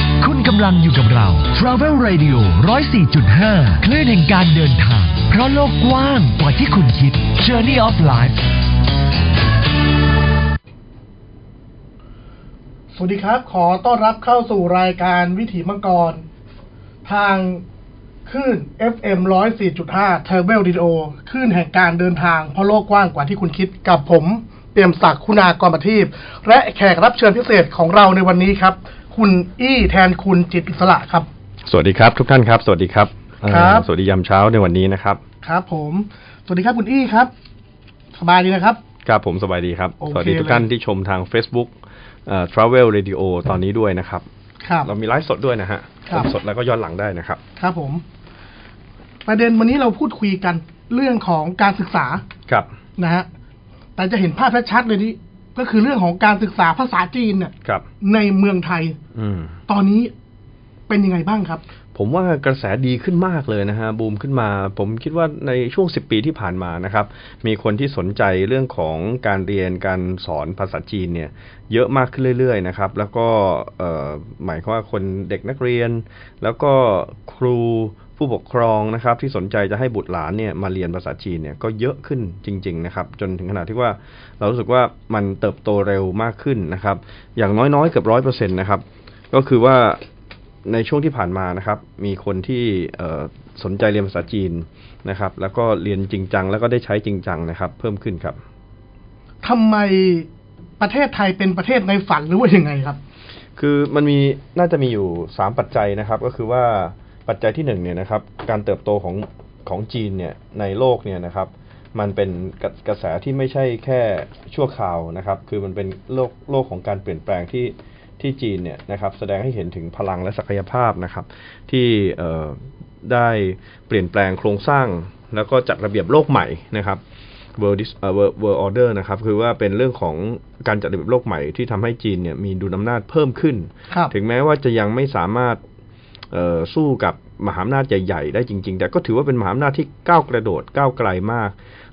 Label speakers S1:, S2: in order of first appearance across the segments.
S1: กำลังอยู่กับเรา Travel Radio 104.5 คลื่นแห่งการเดินทาง เพราะโลกกว้างกว่าที่คุณคิด Journey of Life
S2: สวัสดีครับ ขอต้อนรับเข้าสู่รายการวิถีมังกร ทางคลื่น FM 104.5 t u r b o Radio คลื่นแห่งการเดินทางเพราะโลกกว้างกว่าที่คุณคิดกับผมเตรียมศักดิ์คุณากรประทีปและแขกรับเชิญพิเศษของเราในวันนี้ครับ คุณอี้แทนคุณจิตอิสระครับ
S3: สวัสดีครับทุกท่านครับ สวัสดีครับเอ่อ
S2: ครับ
S3: สวัสดียามเช้าในวันนี้นะครับ
S2: ครับผม สวัสดีครับคุณอี้ครับ สบายดีนะครับ
S3: ครับผมสบายดีครับ
S2: โอเค
S3: สวัสดีทุกท่าน
S2: เลย
S3: ที่ชมทาง Facebook เอ่อ Travel Radio ตอนนี้ด้วยนะครับ
S2: ครับ
S3: เรามีไลฟ์สดด้วยนะฮะ
S2: ครับ
S3: สดแล้วก็ย้อนหลังได้นะครับ
S2: ครับผม ประเด็นวันนี้เราพูดคุยกันเรื่องของการศึกษา
S3: ครับ
S2: นะฮะ แต่จะเห็นภาพชัดๆเลยนี่ก็คือเรื่องของการศึกษาภาษาจีนเนี่ย
S3: ครับ
S2: ในเมืองไทย
S3: อืม
S2: ตอนนี้เป็นยังไงบ้างครับ
S3: ผมว่ากระแสดีขึ้นมากเลยนะฮะบูมขึ้นมา ผมคิดว่าในช่วง 10 ปีที่ผ่านมานะครับ มีคนที่สนใจเรื่องของการเรียนการสอนภาษาจีนเนี่ยเยอะมากขึ้นเรื่อยๆนะครับ แล้วก็เอ่อหมายความว่าคนเด็กนักเรียน แล้วก็ครูผู้ปกครองนะครับ ที่สนใจจะให้บุตรหลานเนี่ยมาเรียนภาษาจีนเนี่ยก็เยอะขึ้นจริง ๆ นะครับ จนถึงขนาดที่ว่าเรารู้สึกว่ามันเติบโตเร็วมากขึ้นนะครับ อย่างน้อยๆเกือบร้อยเปอร์เซ็นต์นะครับ ก็คือว่า ในช่วงที่ผ่านมานะครับ มีคนที่เอ่อสนใจเรียนภาษาจีนนะครับ แล้วก็เรียนจริงจัง แล้วก็ได้ใช้จริงจังนะครับ เพิ่มขึ้นครับ
S2: ทำไมประเทศไทยเป็นประเทศในฝันหรือว่ายังไงครับ
S3: คือมันมีน่าจะมีอยู่ 3 ปัจจัยนะครับ ก็คือว่าปัจจัยที่1เนี่ยนะครับ การเติบโตของของจีนเนี่ยในโลกเนี่ยนะครับ มันเป็นกระกระแสที่ไม่ใช่แค่ชั่วคราวนะครับ คือมันเป็นโลกโลกของการเปลี่ยนแปลงที่ที่จีนเนี่ยนะครับ แสดงให้เห็นถึงพลังและศักยภาพนะครับ ที่เอ่อได้เปลี่ยนแปลงโครงสร้าง แล้วก็จัดระเบียบโลกใหม่นะครับ World, Dis- เอ่อ World, World Order นะครับ คือว่าเป็นเรื่องของการจัดระเบียบโลกใหม่ที่ทำให้จีนเนี่ยมีดุลอำนาจเพิ่มขึ้น
S2: ครับ
S3: ถึงแม้ว่าจะยังไม่สามารถเอ่อสู้กับมหาอำนาจใหญ่ ๆ ได้จริง ๆ แต่ก็ถือว่าเป็นมหาอำนาจที่ก้าวกระโดดก้าวไกลมาก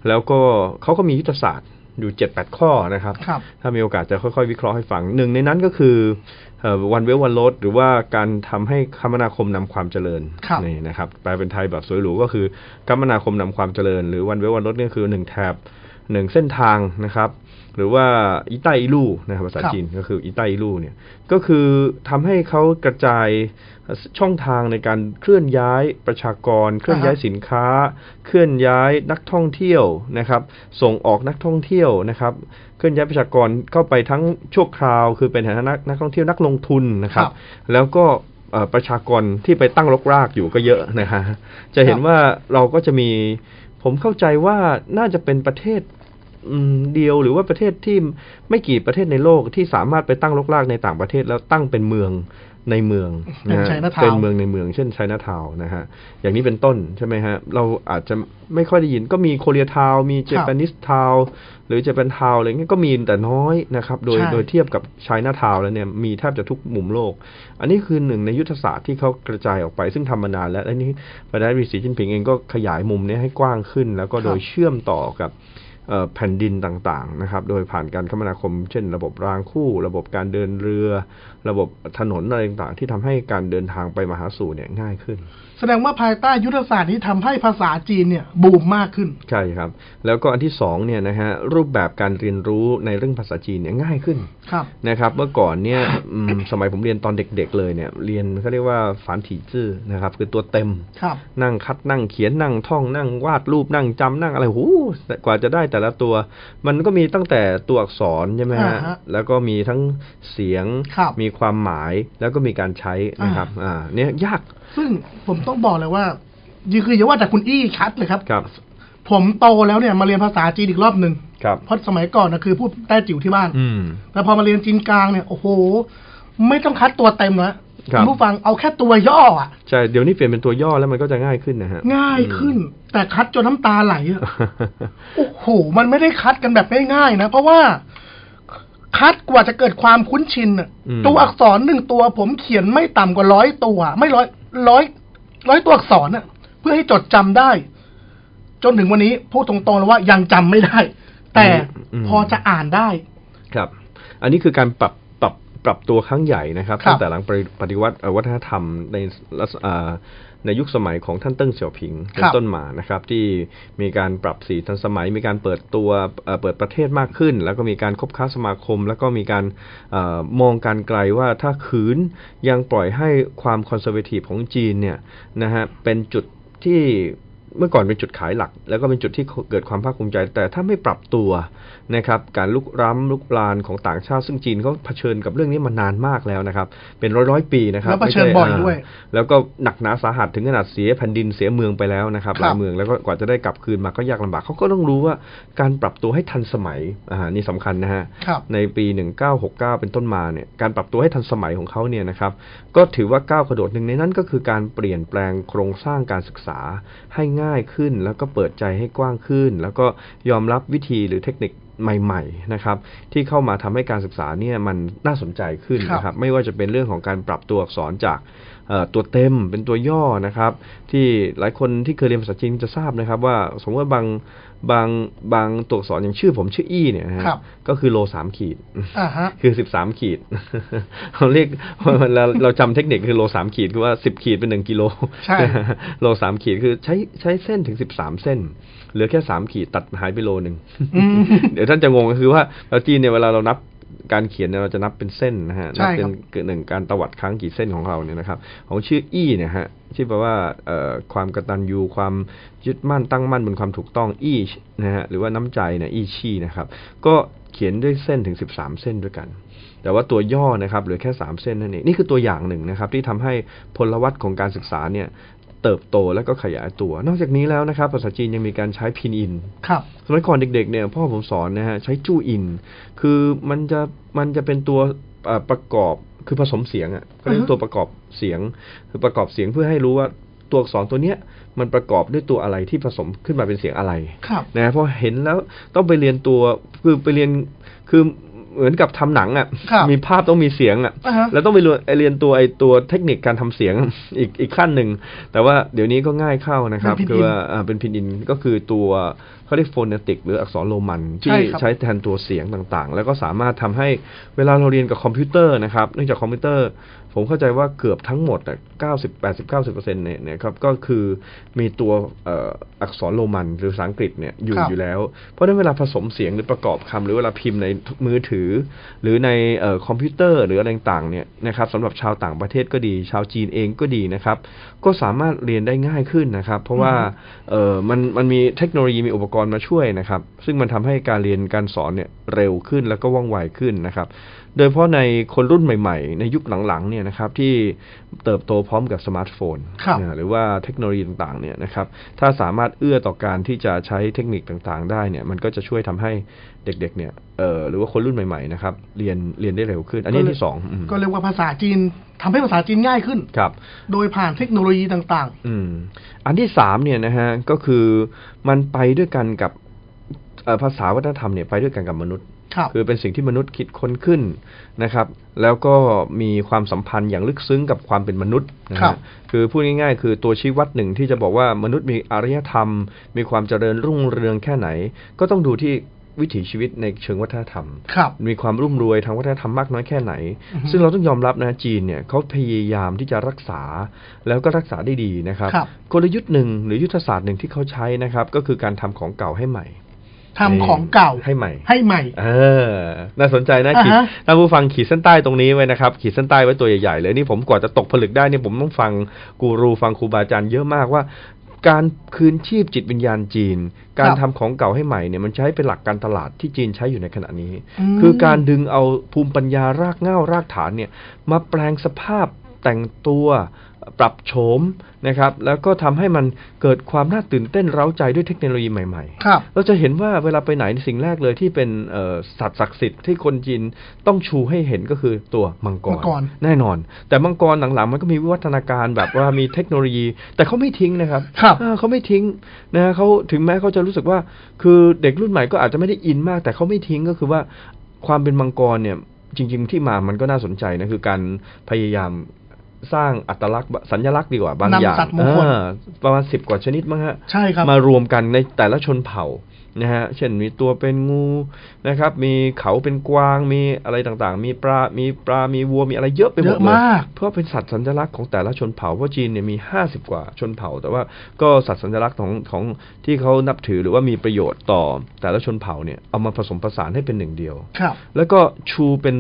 S3: แล้วก็เขาก็มียุทธศาสตร์อยู่7 8 ข้อนะครับ
S2: ครับ
S3: ถ้ามีโอกาสจะค่อยๆ วิเคราะห์ให้ฟังหนึ่งในนั้นก็คือวันเววันลดหรือว่าการทำให้คมนาคมนำความเจริญ
S2: ครับ
S3: นี่นะครับแปลเป็นไทยแบบสวยหรูก็คือคมนาคมนำความเจริญ หรือวันเววันลดนี่ยคือหนึ่งแถบหนึ่งเส้นทางนะครับ หรือว่าอีไตอีลู่นะครับภาษา
S2: ครับ
S3: จีนก็คืออีไตอีลู่เนี่ยก็คือทำให้เขากระจายช่องทางในการเคลื่อนย้ายประชากร เคลื่อนย้ายสินค้า เคลื่อนย้ายนักท่องเที่ยวนะครับ ส่งออกนักท่องเที่ยวนะครับ เคลื่อนย้ายประชากรเข้าไปทั้งชั่วคราว คือเป็นฐานะนักท่องเที่ยวนักลงทุนนะครับ
S2: ครับ
S3: แล้วก็เอ่อประชากรที่ไปตั้งรกรากอยู่ก็เยอะนะฮะจะเห็
S2: ค
S3: น
S2: รับ
S3: ว่าเราก็จะมีผมเข้าใจว่าน่าจะเป็นประเทศ อืมเดียวหรือว่าประเทศที่ไม่กี่ประเทศในโลกที่สามารถไปตั้งรกรากในต่างประเทศแล้วตั้งเป็นเมืองในเมือง
S2: เป็นะ
S3: ฮะ
S2: China Town
S3: เป็นเมืองในเมืองเช่นไชน่าทาวนะฮะอย่างนี้เป็นต้นใช่ไหมฮะเราอาจจะไม่ค่อยได้ยินก็มีโคเรียทาวมีเจแปนิสทาวหรือเจแปนทาวอะไรเงี้ยก็มีแต่น้อยนะครับโดย
S2: ใช่
S3: โดยเทียบกับไชน่าทาวแล้วเนี่ยมีแทบจะทุกมุมโลก อันนี้คือหนึ่งในยุทธศาสตร์ที่เขากระจายออกไป ซึ่งทำมานานแล้วและนี่ประธานาธิบดีสีจิ้นผิงเองก็ขยายมุมนี้ให้กว้างขึ้น แล้วก็โดย
S2: ครับ
S3: เชื่อมต่อกับ เอ่อแผ่นดินต่างๆนะครับ โดยผ่านการคมนาคม เช่น ระบบรางคู่ ระบบการเดินเรือ ระบบถนนอะไรต่างๆ ที่ทำให้การเดินทางไปมาหาสู่เนี่ยง่ายขึ้น
S2: แสดงว่าภายใต้ยุทธศาสตร์นี้ทำให้ภาษาจีนเนี่ย บูมมากขึ้น
S3: ใช่ครับ แล้วก็อันที่สองเนี่ยนะฮะรูปแบบการเรียนรู้ในเรื่องภาษาจีนเนี่ยง่ายขึ้น
S2: ครับ
S3: นะครับเมื่อก่อนเนี่ยอืมสมัยผมเรียนตอนเด็กๆเลยเนี่ยเรียนเขาเรียกว่าฝานถีจื้อนะครับคือตัวเต็ม
S2: ครับ
S3: นั่งคัดนั่งเขียนนั่งท่องนั่งวาดรูปนั่งจำนั่งอะไรหูกว่าจะได้แต่ละตัว มันก็มีตั้งแต่ตัวอักษรใช่ไหม
S2: อ่า
S3: ฮะ
S2: ฮะ
S3: แล้วก็มีทั้งเสียง
S2: ครับ
S3: มีความหมายแล้วก็มีการใช้นะครับอ่าเนี่ยยาก
S2: ซึ่งผมต้องบอกเลยว่ายี่คืออย่าว่าแต่คุณอี้ชัดเลยครับ
S3: ครับ
S2: ผมโตแล้วเนี่ยมาเรียนภาษาจีนอีกรอบหนึ่ง
S3: ครับ
S2: เพราะสมัยก่อนนะคือพูดแต้จิ๋วที่บ้าน
S3: อืม
S2: แต่พอมาเรียนจีนกลางเนี่ยโอ้โห ไม่ต้องคัดตัวเต็มแล้ว
S3: ครับ
S2: ณผู้ฟังเอาแค่ตัวย่ออ่ะ
S3: ใช่เดี๋ยวนี้เปลี่ยนเป็นตัวย่อแล้วมันก็จะง่ายขึ้นนะฮะ
S2: ง่ายขึ้น แต่คัดจนน้ำตาไหลอะ โอ้โห มันไม่ได้คัดกันแบบง่ายๆนะ เพราะว่าคัดกว่าจะเกิดความคุ้นชินอะ
S3: อืม
S2: ตัวอักษรหนึ่งตัวผมเขียนไม่ต่ำกว่าร้อยตัว ไม่ร้อยร้อยร้อยตัวอักษรน่ะ เพื่อให้จดจำได้ จนถึงวันนี้พูดตรงๆแล้วว่ายังจำไม่ได้ แต่พอจะอ่านได้
S3: ครับ อันนี้คือการปรับปรับ ปรับตัวครั้งใหญ่นะครับ
S2: ครับ
S3: ตั้งแต่หลังปฏิปฏิวัติเอ่อวัฒนธรรมในรัฐอ่าในยุคสมัยของท่านเติ้งเสี่ยวผิงเป็
S2: ครั
S3: น
S2: บ
S3: ต้นมานะครับที่มีการปรับสีทันสมัย มีการเปิดตัวเอ่อเปิดประเทศมากขึ้น แล้วก็มีการคบค้าสมาคม แล้วก็มีการเออมองการไกลว่าถ้าขืนยังปล่อยให้ความคอนเซอร์เวทีฟของจีนเนี่ยนะฮะเป็นจุดที่เมื่อก่อนเป็นจุดขายหลัก แล้วก็เป็นจุดที่เกิดความภาคภูมิใจ แต่ถ้าไม่ปรับตัว นะครับการลุกร้ำลุกลานของต่างชาติซึ่งจีนเขาเผชิญกับเรื่องนี้มานานมากแล้วนะครับ เป็นร้อยร้อยๆปีนะครับ
S2: แล้วเผชิญ
S3: ไม่ใช่
S2: บ่อยด้วย
S3: าแล้วก็หนักหนาสาหัสถึงขนาดเสียแผ่นดินเสียเมืองไปแล้วนะครับ
S2: ครับ
S3: หลายเมืองแล้วก็กว่าจะได้กลับคืนมาก็ยากลำบากเขาก็ต้องรู้ว่าการปรับตัวให้ทันสมัยอ่านี่สำคัญนะฮะ
S2: ครับ
S3: ในปี 1969 เป็นต้นมาเนี่ยการปรับตัวให้ทันสมัยของเขาเนี่ยนะครับก็ถือว่าก้าวกระโดดหนึ่งในนั้นก็คือการเปลี่ยนแปลงโครงสร้างการศึกษาให้ง่ายขึ้น แล้วก็เปิดใจให้กว้างขึ้น แล้วก็ยอมรับวิธีหรือเทคนิค ใหม่ๆนะครับที่เข้ามาทำให้การศึกษาเนี่ยมันน่าสนใจขึ้นนะค
S2: ครั
S3: รับบ ไม่ว่าจะเป็นเรื่องของการปรับตัวอักษรจากเอ่อตัวเต็มเป็นตัวย่อนะครับ ที่หลายคนที่เคยเรียนภาษาจีนจะทราบนะครับว่าสมมติว่าบางบางบางตัวอักษรอย่างชื่อผมชื่ออี้เนี่ยนะฮะ
S2: ครับ
S3: ก็คือโลสามขีด
S2: อ่าฮะ
S3: คือสิบสามขีด เราเรียก เราเราจำเทคนิคคือโลสามขีดคือว่าสิบขีดเป็นหนึ่งกิโล
S2: ใช่
S3: โลสามขีดคือใช้ใช้เส้นถึงสิบสามเส้น เหลือแค่สามขีดตัดหายไปโลหนึ่ง
S2: อืม
S3: เดี๋ยวท่านจะงงก็คือว่าเราจีนเนี่ยเวลาเรานับการเขียนเนี่ยเราจะนับเป็นเส้นนะฮะ
S2: ใช่
S3: นั
S2: ครับ
S3: เป็นเกิดหนึ่งการตวัดครั้งกี่เส้นของเราเนี่ยนะครับของชื่ออี้เนี่ยฮะที่แปลว่าเอ่อความกตัญญูความยึดมั่นตั้งมั่นบนความถูกต้องอี้นะฮะหรือว่าน้ำใจเนี่ยอี้ชี่นะครับ ก็เขียนด้วยเส้นถึง 13 เส้นด้วยกัน แต่ว่าตัวย่อนะครับเหลือแค่ 3 เส้นนั่นเองนี่คือตัวอย่างหนึ่งนะครับที่ทำให้พลวัตของการศึกษาเนี่ยเติบโตและก็ขยายตัว นอกจากนี้แล้วนะครับภาษาจีนยังมีการใช้พินอิน
S2: ครับ
S3: สมัยก่อนเด็กๆเนี่ยพ่อผมสอนนะฮะใช้จู้อิน คือมันจะมันจะเป็นตัวเอ่อประกอบคือผสมเสียงอะ่ะก็เรียก
S2: อือฮึ
S3: ตัวประกอบเสียง คือประกอบเสียงเพื่อให้รู้ว่าตัวอักษรตัวเนี้ยมันประกอบด้วยตัวอะไรที่ผสมขึ้นมาเป็นเสียงอะไร
S2: ครับ
S3: นะเพราะเห็นแล้วต้องไปเรียนตัวคือไปเรียนคือเหมือนกับทำหนัง
S2: ครั
S3: อะ่ะ
S2: บ
S3: มีภาพต้องมีเสียง
S2: อ่า
S3: อะ่ะ
S2: ฮะ
S3: แล้วต้องไปเรียนไอ้เรียนตัวไอ้ตัวเทคนิคการทำเสียง อีกอีกขั้นหนึ่งแต่ว่าเดี๋ยวนี้ก็ง่ายเข้านะครับ
S2: เป็นพินอิน
S3: คืว่าอ่าเป็นพินอินก็คือตัวเขาเรียกโฟนติกหรืออักษรโรมันที่
S2: ใช่ครับ
S3: ใช้แทนตัวเสียงต่างๆ แล้วก็สามารถทำให้เวลาเราเรียนกับคอมพิวเตอร์นะครับเนื่องจากคอมพิวเตอร์ ผมเข้าใจว่าเกือบทั้งหมดอะ90 80 90เปอร์เซ็นต์เนี่ยนะครับก็คือมีตัวเอ่ออักษรโรมันหรือภาษาอังกฤษเนี่ย อยู่
S2: ครับ
S3: อยู่แล้ว เพราะฉะนั้นเวลาผสมเสียงหรือประกอบคำหรือเวลาพิมพ์ในมือถือ หรือในเออคอมพิวเตอร์หรืออะไรต่างๆเนี่ยนะครับสำหรับชาวต่างประเทศก็ดี ชาวจีนเองก็ดีนะครับ ก็สามารถเรียนได้ง่ายขึ้นนะครับ เพราะว่าเออมันมันมีเทคโนโลยีมีอุปกรณ์มาช่วยนะครับ ซึ่งมันทำให้การเรียนการสอนเนี่ยเร็วขึ้นแล้วก็ว่องไวขึ้นนะครับ โดยเฉพาะในคนรุ่นใหม่ ๆ ในยุคหลังๆเนี่ยนะครับที่เติบโตพร้อมกับสมาร์ทโฟน
S2: ครับ
S3: อ่าหรือว่าเทคโนโลยีต่างๆเนี่ยนะครับถ้าสามารถเอื้อต่อการที่จะใช้เทคนิคต่างๆ ได้เนี่ยมันก็จะช่วยทำให้เด็กๆเนี่ยเอ่อหรือว่าคนรุ่นใหม่ๆนะครับเรียนเรียนได้เร็วขึ้น อันนี้อันที่สองอืม
S2: ก็เรียกว่าภาษาจีนทำให้ภาษาจีนง่ายขึ้น
S3: ครับ
S2: โดยผ่านเทคโนโลยีต่าง
S3: อืมอันที่สามเนี่ยนะฮะก็คือมันไปด้วยกันกับเอ่อภาษาวัฒนธรรมเนี่ยไปด้วยกันกับมนุษย์
S2: ๆ ครับ
S3: คือเป็นสิ่งที่มนุษย์คิดค้นขึ้นนะครับ แล้วก็มีความสัมพันธ์อย่างลึกซึ้งกับความเป็นมนุษย์นะ
S2: ครั
S3: ฮะ
S2: บ
S3: คือพูดง่ายๆ คือตัวชี้วัดหนึ่งที่จะบอกว่ามนุษย์มีอารยธรรม มีความเจริญรุ่งเรืองแค่ไหน ก็ต้องดูที่วิถีชีวิตในเชิงวัฒนธรรม
S2: ครับ
S3: มีความร่ำรวยทางวัฒนธรรมมากน้อยแค่ไหน
S2: อือฮึ
S3: ซึ่งเราต้องยอมรับนะจีนเนี่ยเขาพยายามที่จะรักษาแล้วก็รักษาได้ดีนะครับ
S2: ครับ
S3: กลยุทธ์หนึ่งหรือยุทธศาสตร์หนึ่งที่เขาใช้นะครับ ก็คือการทำของเก่าให้ใหม่
S2: ทำของเก่า
S3: ให้ใหม่
S2: ให้ใหม่
S3: เออ น่าสนใจนะ
S2: อ่าฮะ
S3: ขีดท่านผู้ฟังขีดเส้นใต้ตรงนี้ไว้นะครับ ขีดเส้นใต้ไว้ตัวใหญ่ๆเลยนี่ผมกว่าจะตกผลึกได้เนี่ยผมต้องฟังกูรูฟังครูบาอาจารย์เยอะมากว่า การคืนชีพจิตวิญญาณจีน การ
S2: ครั
S3: ทำ
S2: บ
S3: ของเก่าให้ใหม่เนี่ยมันใช้เป็นหลักการตลาดที่จีนใช้อยู่ในขณะนี้
S2: อืม
S3: คือการดึงเอาภูมิปัญญารากเหง้ารากฐานเนี่ยมาแปลงสภาพแต่งตัวปรับโฉมนะครับ แล้วก็ทำให้มันเกิดความน่าตื่นเต้นเร้าใจด้วยเทคโนโลยีใหม่ๆ
S2: ครับ
S3: เราจะเห็นว่าเวลาไปไหนสิ่งแรกเลยที่เป็นเอ่อสัตว์ศักดิ์สิทธิ์ที่คนจีนต้องชูให้เห็นก็คือตัวมังกร
S2: มังกร
S3: แน่นอน แต่มังกรหลังๆมันก็มีวิวัฒนาการแบบว่ามีเทคโนโลยี แต่เขาไม่ทิ้งนะครับ
S2: ครับ
S3: อ่าเขาไม่ทิ้งนะเขาถึงแม้เขาจะรู้สึกว่า คือเด็กรุ่นใหม่ก็อาจจะไม่ได้อินมาก แต่เขาไม่ทิ้งก็คือว่าความเป็นมังกรเนี่ยจริง ๆ ที่มามันก็น่าสนใจนะคือการพยายามสร้างอัตลักษณ์สัญลักษณ์ดีกว่าบาง
S2: นำ
S3: อย่าง
S2: สัตว์มงคล
S3: อ่าประมาณสิบกว่าชนิดมั้งฮะ
S2: ใช่ครับ
S3: มารวมกันในแต่ละชนเผ่า นะฮะเช่นมีตัวเป็นงูนะครับ มีเขาเป็นกวางมีอะไรต่างๆ มีปลา มีปลา มีวัวมีอะไรเยอะไปหม
S2: เย
S3: ด
S2: อะ
S3: เลย
S2: มาก
S3: เพราะเป็นสัตว์สัญลักษณ์ของแต่ละชนเผ่าเพราะจีนเนี่ยมีห้าสิบกว่าชนเผ่า แต่ว่าก็สัตว์สัญลักษณ์ของของที่เขานับถือหรือว่ามีประโยชน์ต่อแต่ละชนเผ่าเนี่ยเอามาผสมผสานให้เป็นหนึ่งเดียว
S2: ครับ
S3: แล้วก็ชูเป็น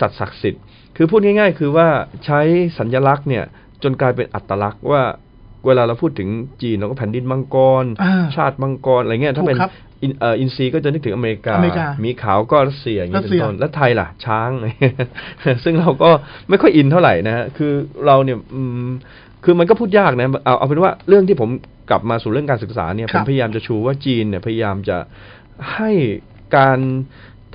S3: สัตว์ศักดิ์สิทธิ์ คือพูดง่ายๆ คือว่าใช้สัญญลักษณ์เนี่ยจนกลายเป็นอัตลักษณ์ว่าเวลาเราพูดถึงจีนเราก็แผ่นดินมังกร
S2: อ่า
S3: ชาติมังกรอะไรเงี้ยถ้าเป็น
S2: ถูกครับ
S3: อินเอ่ออินซีก็จะนึกถึงอเมริกา
S2: อเมริกา
S3: มีขาวก็รัสเซียอย่างนี้
S2: รัส
S3: เป็
S2: เซี
S3: น
S2: ย
S3: ต้น แล้วไทยล่ะช้าง ซึ่งเราก็ไม่ค่อยอินเท่าไหร่นะฮะคือเราเนี่ยอืมคือมันก็พูดยากนะเอาเอาเป็นว่าเรื่องที่ผมกลับมาสู่เรื่องการศึกษาเนี่ย
S2: ค
S3: ผ
S2: รั
S3: ม
S2: บ
S3: พยายามจะชูว่าจีนเนี่ยพยายามจะให้การ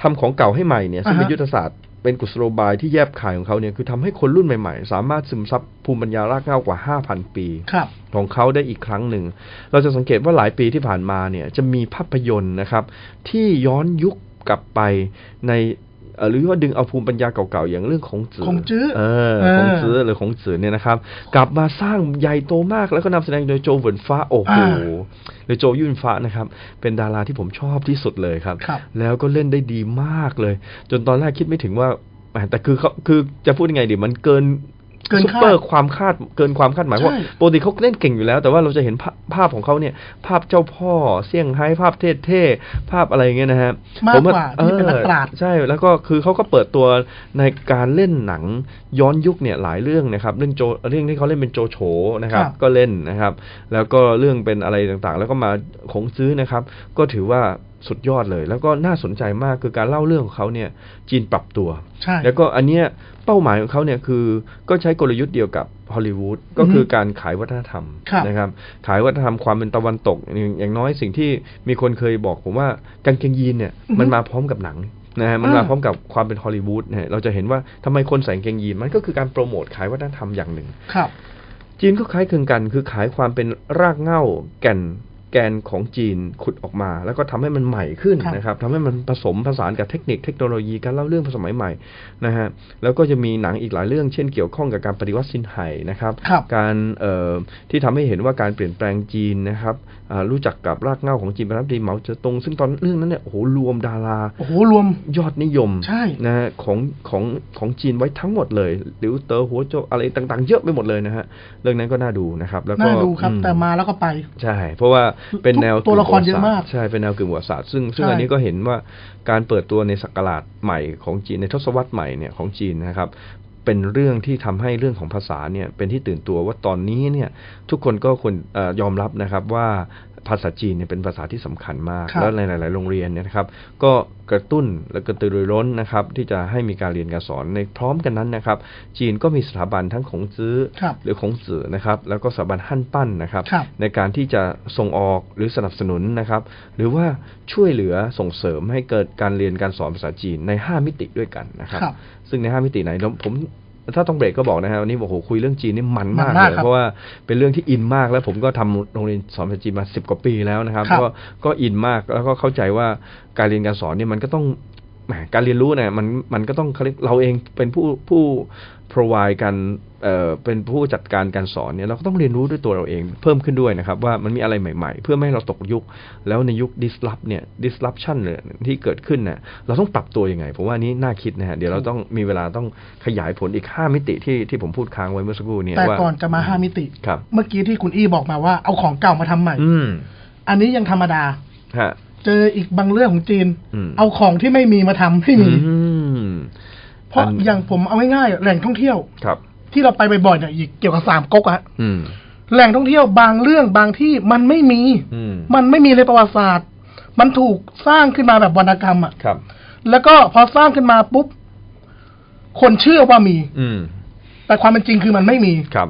S3: ทำของเก่าให้ใหม่เนี่ยซึ่งเป็น
S2: อ่าฮะ
S3: ยุทธศาสตร์เป็นกุศโลบายที่แยบขายของเขาเนี่ยคือทำให้คนรุ่นใหม่ๆ สามารถซึมซับภูมิปัญญารากเหง้ากว่า 5,000 ปี
S2: ครับ
S3: ของเขาได้อีกครั้งหนึ่ง เราจะสังเกตว่าหลายปีที่ผ่านมาเนี่ยจะมีภาพยนตร์นะครับ ที่ย้อนยุคกลับไปในเอ่อหรือว่าดึงเอาภูมิปัญญาเก่าๆอย่างเรื่องของจื้อ
S2: ของจื้อ
S3: เออ
S2: เออ
S3: ของจื้อหรือของจื้อเนี่ยนะครับ กลับมาสร้างใหญ่โตมากแล้วก็นำแสดงโดยโจเหวินฟ้าโอ้โห
S2: อ่า
S3: หรือโจยุ่นฟ้านะครับ เป็นดาราที่ผมชอบที่สุดเลยครับ
S2: ครับ
S3: แล้วก็เล่นได้ดีมากเลย จนตอนแรกคิดไม่ถึงว่าแหมแต่คือเขาคือจะพูดยังไงดีมันเกิน
S2: เกิน
S3: ซุป
S2: คาด
S3: เปอร์ความคาดเกินความคาดหมาย
S2: ใช่
S3: ว่าปกติเขาเล่นเก่งอยู่แล้ว แต่ว่าเราจะเห็นภาพภาพของเขาเนี่ย ภาพเจ้าพ่อเสี่ยงไฮ้ภาพเท่ๆภาพอะไรอย่างเงี้ยนะฮะ
S2: มาก
S3: ผ
S2: กว่าที่เป็นนักปราชญ์
S3: เออใช่แล้วก็คือเขาก็เปิดตัวในการเล่นหนังย้อนยุคเนี่ยหลายเรื่องนะครับเรื่องโจเรื่องที่เขาเล่นเป็นโจโฉนะครับ
S2: ครับ
S3: ก็เล่นนะครับ แล้วก็เรื่องเป็นอะไรต่างๆ แล้วก็มาของซื้อนะครับ ก็ถือว่าสุดยอดเลย แล้วก็น่าสนใจมากคือการเล่าเรื่องของเขาเนี่ยจีนปรับตัว
S2: ใช่
S3: แล้วก็อันเนี้ยเป้าหมายของเขาเนี่ยคือก็ใช้กลยุทธ์เดียวกับฮอลลีวูดก็คือการขายวัฒนธรรม
S2: ครับ
S3: นะครับ ขายวัฒนธรรมความเป็นตะวันตกอย่างอย่างน้อยสิ่งที่มีคนเคยบอกผมว่ากางเกงยีนเนี่ย
S2: อือฮึ
S3: มันมาพร้อมกับหนังนะฮะมัน
S2: อ่าม
S3: มาพร้อมกับความเป็นฮอลลีวูดนะฮะเราจะเห็นว่าทำไมคนใส่กางเกงยีนมันก็คือการโปรโมทขายวัฒนธรรมอย่างหนึ่ง
S2: ครับ
S3: จีนก็คล้ายคลึงกัน คือขายความเป็นรากเหง้าแก่นแกนของจีนขุดออกมา แล้วก็ทำให้มันใหม่ขึ้น
S2: ครับ
S3: นะครับทำให้มันผสมผสานกับเทคนิคเทคโนโลยีการเล่าเรื่องสมัยใหม่นะฮะแล้วก็จะมีหนังอีกหลายเรื่อง เช่นเกี่ยวข้องกับการปฏิวัติซินไห่นะครับ
S2: ครับ
S3: การเอ่อที่ทำให้เห็นว่าการเปลี่ยนแปลงจีนนะครับอ่ารู้จักกับรากเหง้าของจีนเป็นรัฐมนตรีเหมาเจ๋อตงซึ่งตอนเรื่องนั้นเนี่ยโอ้โหรวมดารา
S2: โอ้โหรวม
S3: ยอดนิยม
S2: ใช่
S3: นะฮะของของของจีนไว้ทั้งหมดเลยหลิวเตอหัวโจวอะไรต่างๆ เยอะไปหมดเลยนะฮะเรื่องนั้นก็น่าดูนะครับ แล้วก็
S2: น่าดูครับ
S3: อืม
S2: แต่มาแล้วก็ไป
S3: ใช่ เพราะว่าเป็นแนว
S2: ตัวละครเยอะมาก
S3: งปวติศสตใช่เป็นแนวกึ่งประวัติศาสตร์ซึ่งซึ่ง
S2: ใช่
S3: อันนี้ก็เห็นว่าการเปิดตัวในศักราชใหม่ของจีนในทศวรรษใหม่เนี่ยของจีนนะครับ เป็นเรื่องที่ทำให้เรื่องของภาษาเนี่ยเป็นที่ตื่นตัวว่าตอนนี้เนี่ยทุกคนก็ควรเอ่อยอมรับนะครับว่าภาษาจีนเนี่ยเป็นภาษาที่สำคัญมาก
S2: ครับ
S3: แล้ว ในหลาย ๆ โรงเรียนเนี่ยนะครับ ก็กระตุ้นและกระตือรือร้นนะครับ ที่จะให้มีการเรียนการสอนในพร้อมกันนั้นนะครับ จีนก็มีสถาบันทั้งของซื้อ
S2: ครับ
S3: หรือของสื่อนะครับ แล้วก็สถาบันหั่นปั้นนะครับ
S2: ครับ
S3: ในการที่จะส่งออกหรือสนับสนุนนะครับ หรือว่าช่วยเหลือส่งเสริมให้เกิดการเรียนการสอนภาษาจีนใน 5 มิติด้วยกันนะครับ
S2: ครับ
S3: ซึ่งใน 5 มิติไหนเราผมถ้าต้องเบรกก็บอกนะครับวันนี้บอกโอ้โหคุยเรื่องจีนนี่มันมาก
S2: มันมาก
S3: เลย
S2: ครับ
S3: เพราะว่าเป็นเรื่องที่อินมากแล้วผมก็ทำโรงเรียนสอนภาษาจีนมา 10 กว่าปีแล้วนะครับ
S2: ครับ
S3: ก็ ก็อินมากแล้วก็เข้าใจว่าการเรียนการสอนเนี่ยมันก็ต้องแหมการเรียนรู้เนี่ยมันมันก็ต้องเขาเรียกเราเองเป็นผู้ผู้ provide การเอ่อเป็นผู้จัดการการสอนเนี่ยเราก็ต้องเรียนรู้ด้วยตัวเราเองเพิ่มขึ้นด้วยนะครับ ว่ามันมีอะไรใหม่ๆ เพื่อไม่ให้เราตกยุค แล้วในยุค disrupt เนี่ย disruption เนี่ยที่เกิดขึ้นเนี่ยเราต้องปรับตัวยังไงผมว่านี้น่าคิดนะฮะเดี๋ยวเราต้องมีเวลาต้องขยายผลอีก 5 มิติที่ที่ผมพูดค้างไว้เมื่อสักครู่เนี่ย
S2: แต่
S3: ว่า
S2: ก่อนจะมาห้ามิติ
S3: ครับ
S2: เมื่อกี้ที่คุณอี้บอกมาว่าเอาของเก่ามาทำใหม่
S3: อืม
S2: อันนี้ยังธรรมดา
S3: ฮะ
S2: เจออีกบางเรื่องของจีน
S3: อืม
S2: เอาของที่ไม่มีมาทำให้มี
S3: อืม
S2: เพราะอย่างผมเอาง่ายๆแหล่งท่องเที่ยว
S3: ครับ
S2: ที่เราไปบ่อยๆเนี่ยอีกเกี่ยวกับสามก๊กอะฮะ
S3: อืม
S2: แหล่งท่องเที่ยวบางเรื่องบางที่มันไม่มี
S3: อืม
S2: มันไม่มีในประวัติศาสตร์ มันถูกสร้างขึ้นมาแบบวรรณกรรมอะ
S3: ครับ
S2: แล้วก็พอสร้างขึ้นมาปุ๊บ คนเชื่อว่ามี
S3: อืม
S2: แต่ความเป็นจริงคือมันไม่มี
S3: ครับ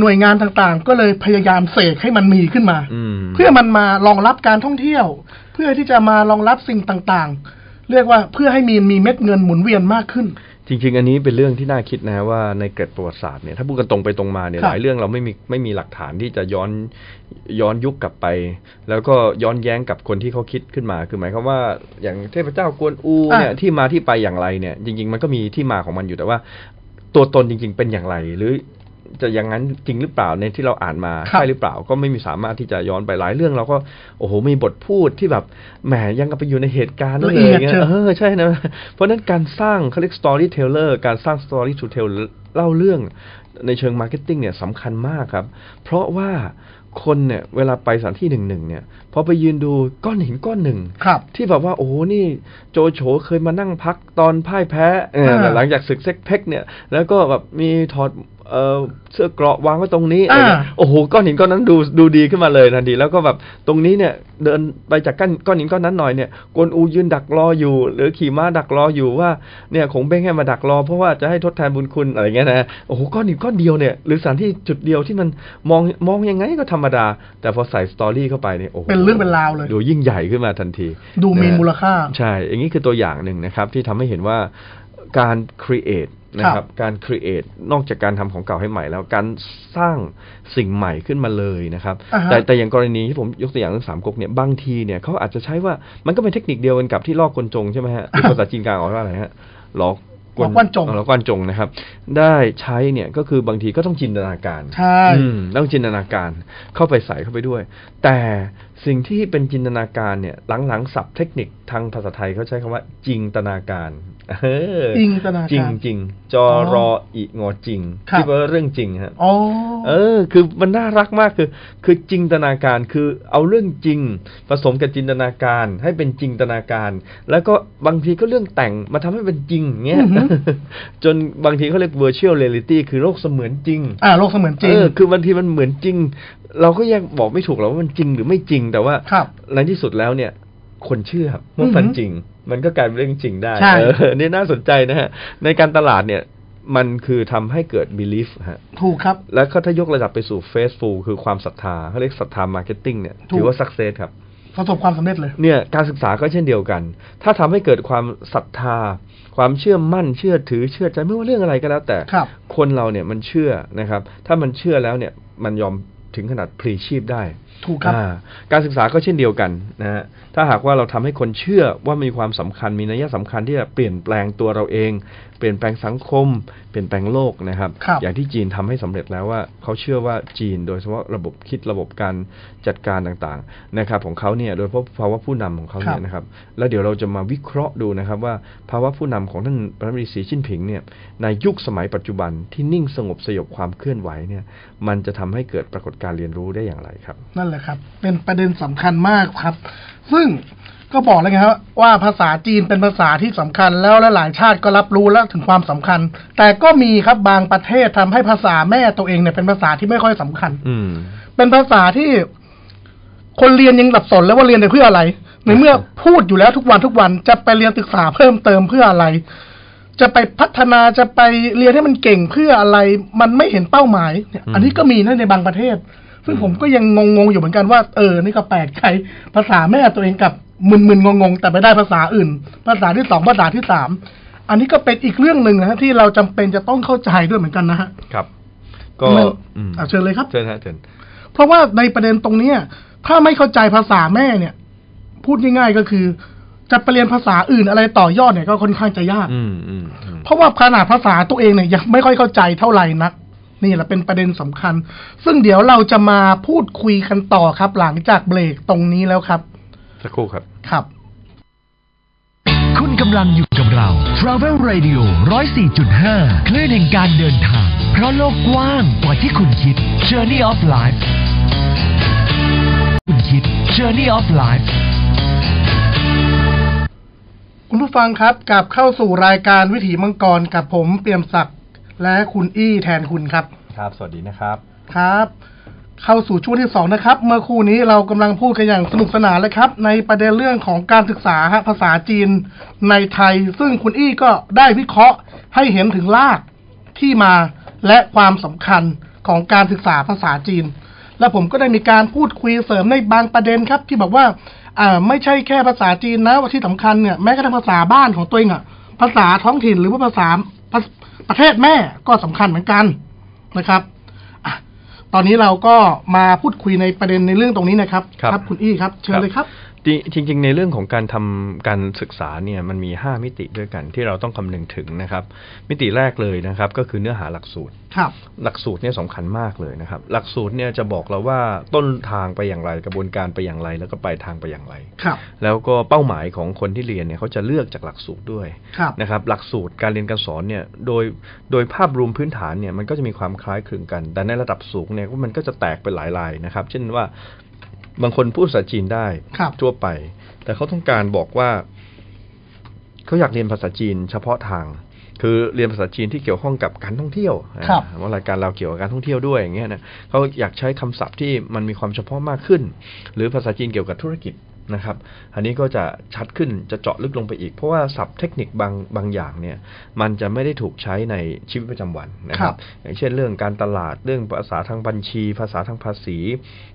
S2: หน่วยงานต่างๆ ก็เลยพยายามเสกให้มันมีขึ้นมา
S3: อืม
S2: เพื่อมันมารองรับการท่องเที่ยว เพื่อที่จะมารองรับสิ่งต่างๆ เรียกว่าเพื่อให้มีมีเม็ดเงินหมุนเวียนมากขึ้น
S3: จริง ๆ อันนี้เป็นเรื่องที่น่าคิดนะว่าในเกร็ดประวัติศาสตร์เนี่ยถ้าพูดกันตรงไปตรงมาเนี่ย
S2: ครั
S3: ห
S2: บ
S3: ลายเรื่องเราไม่มีไม่มีหลักฐานที่จะย้อนย้อนยุคกลับไป แล้วก็ย้อนแย้งกับคนที่เขาคิดขึ้นมา คือหมายความว่าอย่างเทพเจ้ากวนอูเนี่ย
S2: อ่ะ
S3: ที่มาที่ไปอย่างไรเนี่ยจริง ๆ มันก็มีที่มาของมันอยู่แต่ว่า ตัวตนจริง ๆ เป็นอย่างไร หรือ จะอย่างนั้นจริงหรือเปล่าในที่เราอ่านมา
S2: ครับ
S3: ใช่หรือเปล่าก็ไม่มีสามารถที่จะย้อนไปหลายเรื่องเราก็โอ้โหมีบทพูดที่แบบแหมยังกับไปอยู่ในเหตุการณ์นั่น
S2: ละเอี
S3: เลย
S2: ยด
S3: เงี้
S2: เชีย
S3: ยว เออใช่นะ เพราะฉะนั้นการสร้างเขาเรียก storyteller การสร้าง story to tell เล่าเรื่องในเชิง marketing เนี่ยสำคัญมากครับ เพราะว่าคนเนี่ยเวลาไปสถานที่หนึ่งหนึ่งๆเนี่ยพอไปยืนดูก้อนหินก้อนหนึ่ง
S2: ครับ
S3: ที่แบบว่าโอ้โหนี่โจโฉเคยมานั่งพักตอนพ่ายแพ้เออ
S2: อ่า
S3: หลังจากศึกเซ็กเพ็กเนี่ย แล้วก็แบบมีถอดเอ่อเสื้อเกราะวางไว้ตรงนี้อะไรเงี้ย
S2: อ่า
S3: โอ้โหก้อนหินก้อนนั้นดูดูดีขึ้นมาเลยทันทีแล้วก็แบบตรงนี้เนี่ยเดินไปจากก้อนก้อนหินก้อนนั้นหน่อยเนี่ยกวนอูยืนดักรออยู่ หรือขี่ม้าดักรออยู่ว่าเนี่ยคงเบ้งให้มาดักรอ เพราะว่าจะให้ทดแทนบุญคุณอะไรเงี้ยนะโอ้โหก้อนหินก้อนเดียวเนี่ยหรือสถานที่จุดเดียวที่มันมองมองยังไงก็ธรรมดา แต่พอใส่สตอรี่เข้าไปเนี่ยโอ้โห
S2: เป็นเรื่องเป็นราวเลย
S3: ดูยิ่งใหญ่ขึ้นมาทันที
S2: ดูมีมูลค่า
S3: ใช่ อย่างนี้คือตัวอย่างหนึ่งนะครับที่ทำให้เห็นว่าการ create นะ
S2: ค
S3: ค
S2: รั
S3: รับบ การ create นอกจากการทำของเก่าให้ใหม่แล้วการสร้างสิ่งใหม่ขึ้นมาเลยนะครับ
S2: อ่าฮะ
S3: แต่แต่อย่างกรณีที่ผมยกตัวอย่างเรื่องสามก๊กเนี่ยบางทีเนี่ยเขาอาจจะใช้ว่ามันก็เป็นเทคนิคเดียวกันกับที่ลอกกลจงใช่ไหม ฮะหรือภาษาจีนกลางออกว่าอะไรฮะหลอก
S2: หลอกกวนจง
S3: หลอกกวนจงนะครับ ได้ใช้เนี่ยก็คือบางทีก็ต้องจินตนาการ
S2: ใช่
S3: อืมต้องจินตนาการเข้าไปใส่เข้าไปด้วย แต่สิ่งที่เป็นจินตนาการเนี่ยหลังๆศัพท์เทคนิคทางภาษาไทยเขาใช้คำว่าจิงตนาการเออ
S2: จินตนาการ
S3: จริงจริงจอรออีงอจริง
S2: ครับ
S3: ที่แปลว่าเรื่องจริงฮะ
S2: อ๋อ
S3: เออ คือมันน่ารักมากคือ คือจินตนาการคือเอาเรื่องจริง ผสมกับจินตนาการ ให้เป็นจินตนาการ แล้วก็บางทีก็เรื่องแต่งมาทำให้เป็นจริงเงี้ย
S2: อือหือ
S3: จนบางทีเขาเรียก virtual reality คือโลกเสมือนจริง
S2: อ่าโลกเสมือนจริง
S3: เออ คือบางทีมันเหมือนจริง เราก็ยังบอกไม่ถูกหรอกว่ามันจริงหรือไม่จริง แต่ว่า
S2: ครับ
S3: ในที่สุดแล้วเนี่ย คนเชื่อ
S2: อื
S3: ว่า
S2: อหือ
S3: มันจริง มันก็กลายเป็นเรื่องจริงได้
S2: ใช่
S3: เออ นี่น่าสนใจนะฮะ ในการตลาดเนี่ย มันคือทำให้เกิด belief ฮะ
S2: ถูกครับ
S3: แล้วก็ถ้ายกระดับไปสู่ faithful คือความศรัทธาเขาเรียกศรัทธา marketing เนี่ย
S2: ถูก
S3: ถือว่า success ครับ
S2: ประสบความสำเร็จเลย
S3: เนี่ยการศึกษาก็เช่นเดียวกัน ถ้าทำให้เกิดความศรัทธา ความเชื่อมั่น เชื่อถือ เชื่อใจไม่ว่าเรื่องอะไรก็แล้ว แต่
S2: ครับ
S3: คนเราเนี่ยมันเชื่อนะครับ ถ้ามันเชื่อแล้วเนี่ยมันยอมถึงขนาดพลีชีพได้
S2: ถูกครับ
S3: อ่าการศึกษาก็เช่นเดียวกันนะฮะถ้าหากว่าเราทำให้คนเชื่อว่ามีความสำคัญมีนัยสำคัญที่จะเปลี่ยนแปลงตัวเราเอง เปลี่ยนแปลงสังคม เปลี่ยนแปลงโลกนะครับ
S2: ครับ
S3: อย่างที่จีนทำให้สำเร็จแล้วว่าเขาเชื่อว่าจีน โดยเฉพาะระบบคิดระบบการจัดการต่างๆนะครับของเขาเนี่ยโดยเฉพาะภาวะผู้นำของเขาเนี่
S2: ครั
S3: ย
S2: บ
S3: นะครับแล้วเดี๋ยวเราจะมาวิเคราะห์ดูนะครับว่าภาวะผู้นำของท่านประธานาธิบดีสีจิ้นผิงเนี่ยในยุคสมัยปัจจุบันที่นิ่งสงบสยบความเคลื่อนไหวเนี่ยมันจะทำให้เกิดปรากฏการณ์เรียนรู้ได้อย่างไรครับ
S2: นั่นแหละครับ เป็นประเด็นสำคัญมากครับ ซึ่งก็บอกแล้วไงครับว่าภาษาจีนเป็นภาษาที่สำคัญแล้วและหลายชาติก็รับรู้และถึงความสำคัญ แต่ก็มีครับบางประเทศทำให้ภาษาแม่ตัวเองเนี่ยเป็นภาษาที่ไม่ค่อยสำคัญ
S3: อืม
S2: เป็นภาษาที่คนเรียนยังสับสนแล้วว่าเรียนไปเพื่ออะไร ในเมื่อพูดอยู่แล้วทุกวันทุกวันจะไปเรียนศึกษาเพิ่มเติมเพื่ออะไร จะไปพัฒนาจะไปเรียนให้มันเก่งเพื่ออะไร มันไม่เห็นเป้าหมายเนี่ย
S3: อืม
S2: อันนี้ก็มีนะในบางประเทศ ซึ่งผมก็ยังงงๆอยู่เหมือนกันว่าเออ นี่ก็แปลกใจภาษาแม่ตัวเองกับมึนๆงงๆ แต่ไปได้ภาษาอื่น ภาษาที่สองภาษาที่สามอันนี้ก็เป็นอีกเรื่องหนึ่งนะฮะที่เราจำเป็นจะต้องเข้าใจด้วยเหมือนกันนะฮะ
S3: ครับ ก็
S2: ไม่
S3: อืม
S2: อ่ะเชิญเลยครับ
S3: เชิญฮะเชิญ
S2: เพราะว่าในประเด็นตรงเนี้ยถ้าไม่เข้าใจภาษาแม่เนี่ย พูดง่ายๆก็คือ จะไปเรียนภาษาอื่นอะไรต่อยอดเนี่ยก็ค่อนข้างจะยาก
S3: อืมอืมอืม
S2: เพราะว่าขนาดภาษาตัวเองเนี่ยยังไม่ค่อยเข้าใจเท่าไหร่นัก นี่แหละเป็นประเด็นสำคัญ ซึ่งเดี๋ยวเราจะมาพูดคุยกันต่อครับ หลังจากเบรกตรงนี้แล้วครับ
S3: สักครู่ครับ
S2: ครับ
S1: คุณกำลังอยู่กับเรา Travel Radio 104.5 คลื่นแห่งการเดินทาง เพราะโลกกว้างกว่าที่คุณคิด Journey of Life คุณคิด Journey of Life
S2: คุณผู้ฟังครับกลับเข้าสู่รายการวิถีมังกรกับผมเปี่ยมศักดิ์และคุณอี้แทนคุณครับ
S3: ครับ สวัสดีนะครับ
S2: ครับ เข้าสู่ช่วงที่สองนะครับ เมื่อครู่นี้เรากำลังพูดกันอย่างสนุกสนานเลยครับ ในประเด็นเรื่องของการศึกษาฮะภาษาจีนในไทย ซึ่งคุณอี้ก็ได้วิเคราะห์ให้เห็นถึงรากที่มาและความสำคัญของการศึกษาภาษาจีน และผมก็ได้มีการพูดคุยเสริมในบางประเด็นครับ ที่บอกว่าอ่าไม่ใช่แค่ภาษาจีนนะว่าที่สำคัญเนี่ยแม้กระทั่งภาษาบ้านของตัวเองอะภาษาท้องถิ่นหรือว่าภาษาประประเทศแม่ก็สำคัญเหมือนกันนะครับ ตอนนี้เราก็มาพูดคุยในประเด็นในเรื่องตรงนี้นะครับ
S3: ครับ
S2: คุณอี้ครับ เชิญเลยครับ
S3: จริงจริง ๆ ในเรื่องของการทำการศึกษาเนี่ยมันมี 5 มิติด้วยกันที่เราต้องคำนึงถึงนะครับ มิติแรกเลยนะครับ ก็คือเนื้อหาหลักสูตร
S2: ครับ
S3: หลักสูตรเนี่ยสำคัญมากเลยนะครับ หลักสูตรเนี่ยจะบอกเราว่าต้นทางไปอย่างไรกระบวนการไปอย่างไร แล้วก็ปลายทางไปอย่างไร
S2: ครับ
S3: แล้วก็เป้าหมายของคนที่เรียนเนี่ยเขาจะเลือกจากหลักสูตรด้วย
S2: ครับ
S3: นะครับหลักสูตรการเรียนการสอนเนี่ยโดยโดยภาพรวมพื้นฐานเนี่ยมันก็จะมีความคล้ายคลึงกัน แต่ในระดับสูงเนี่ยก็มันก็จะแตกเป็นหลายลายนะครับ เช่นว่าบางคนพูดภาษาจีนได้
S2: ครับ
S3: ทั่วไป แต่เขาต้องการบอกว่าเขาอยากเรียนภาษาจีนเฉพาะทาง คือเรียนภาษาจีนที่เกี่ยวข้องกับการท่องเที่ยว
S2: ครับ
S3: อ่าว่ารายการเราเกี่ยวกับการท่องเที่ยวด้วยอย่างเงี้ยนะเขาอยากใช้คำศัพท์ที่มันมีความเฉพาะมากขึ้น หรือภาษาจีนเกี่ยวกับธุรกิจนะครับ อันนี้ก็จะชัดขึ้นจะเจาะลึกลงไปอีก เพราะว่าศัพท์เทคนิคบางบางอย่างเนี่ยมันจะไม่ได้ถูกใช้ในชีวิตประจำวันนะค
S2: ครั
S3: รับ
S2: บ
S3: อย่างเช่นเรื่องการตลาดเรื่องภาษาทางบัญชี ภาษาทางภาษี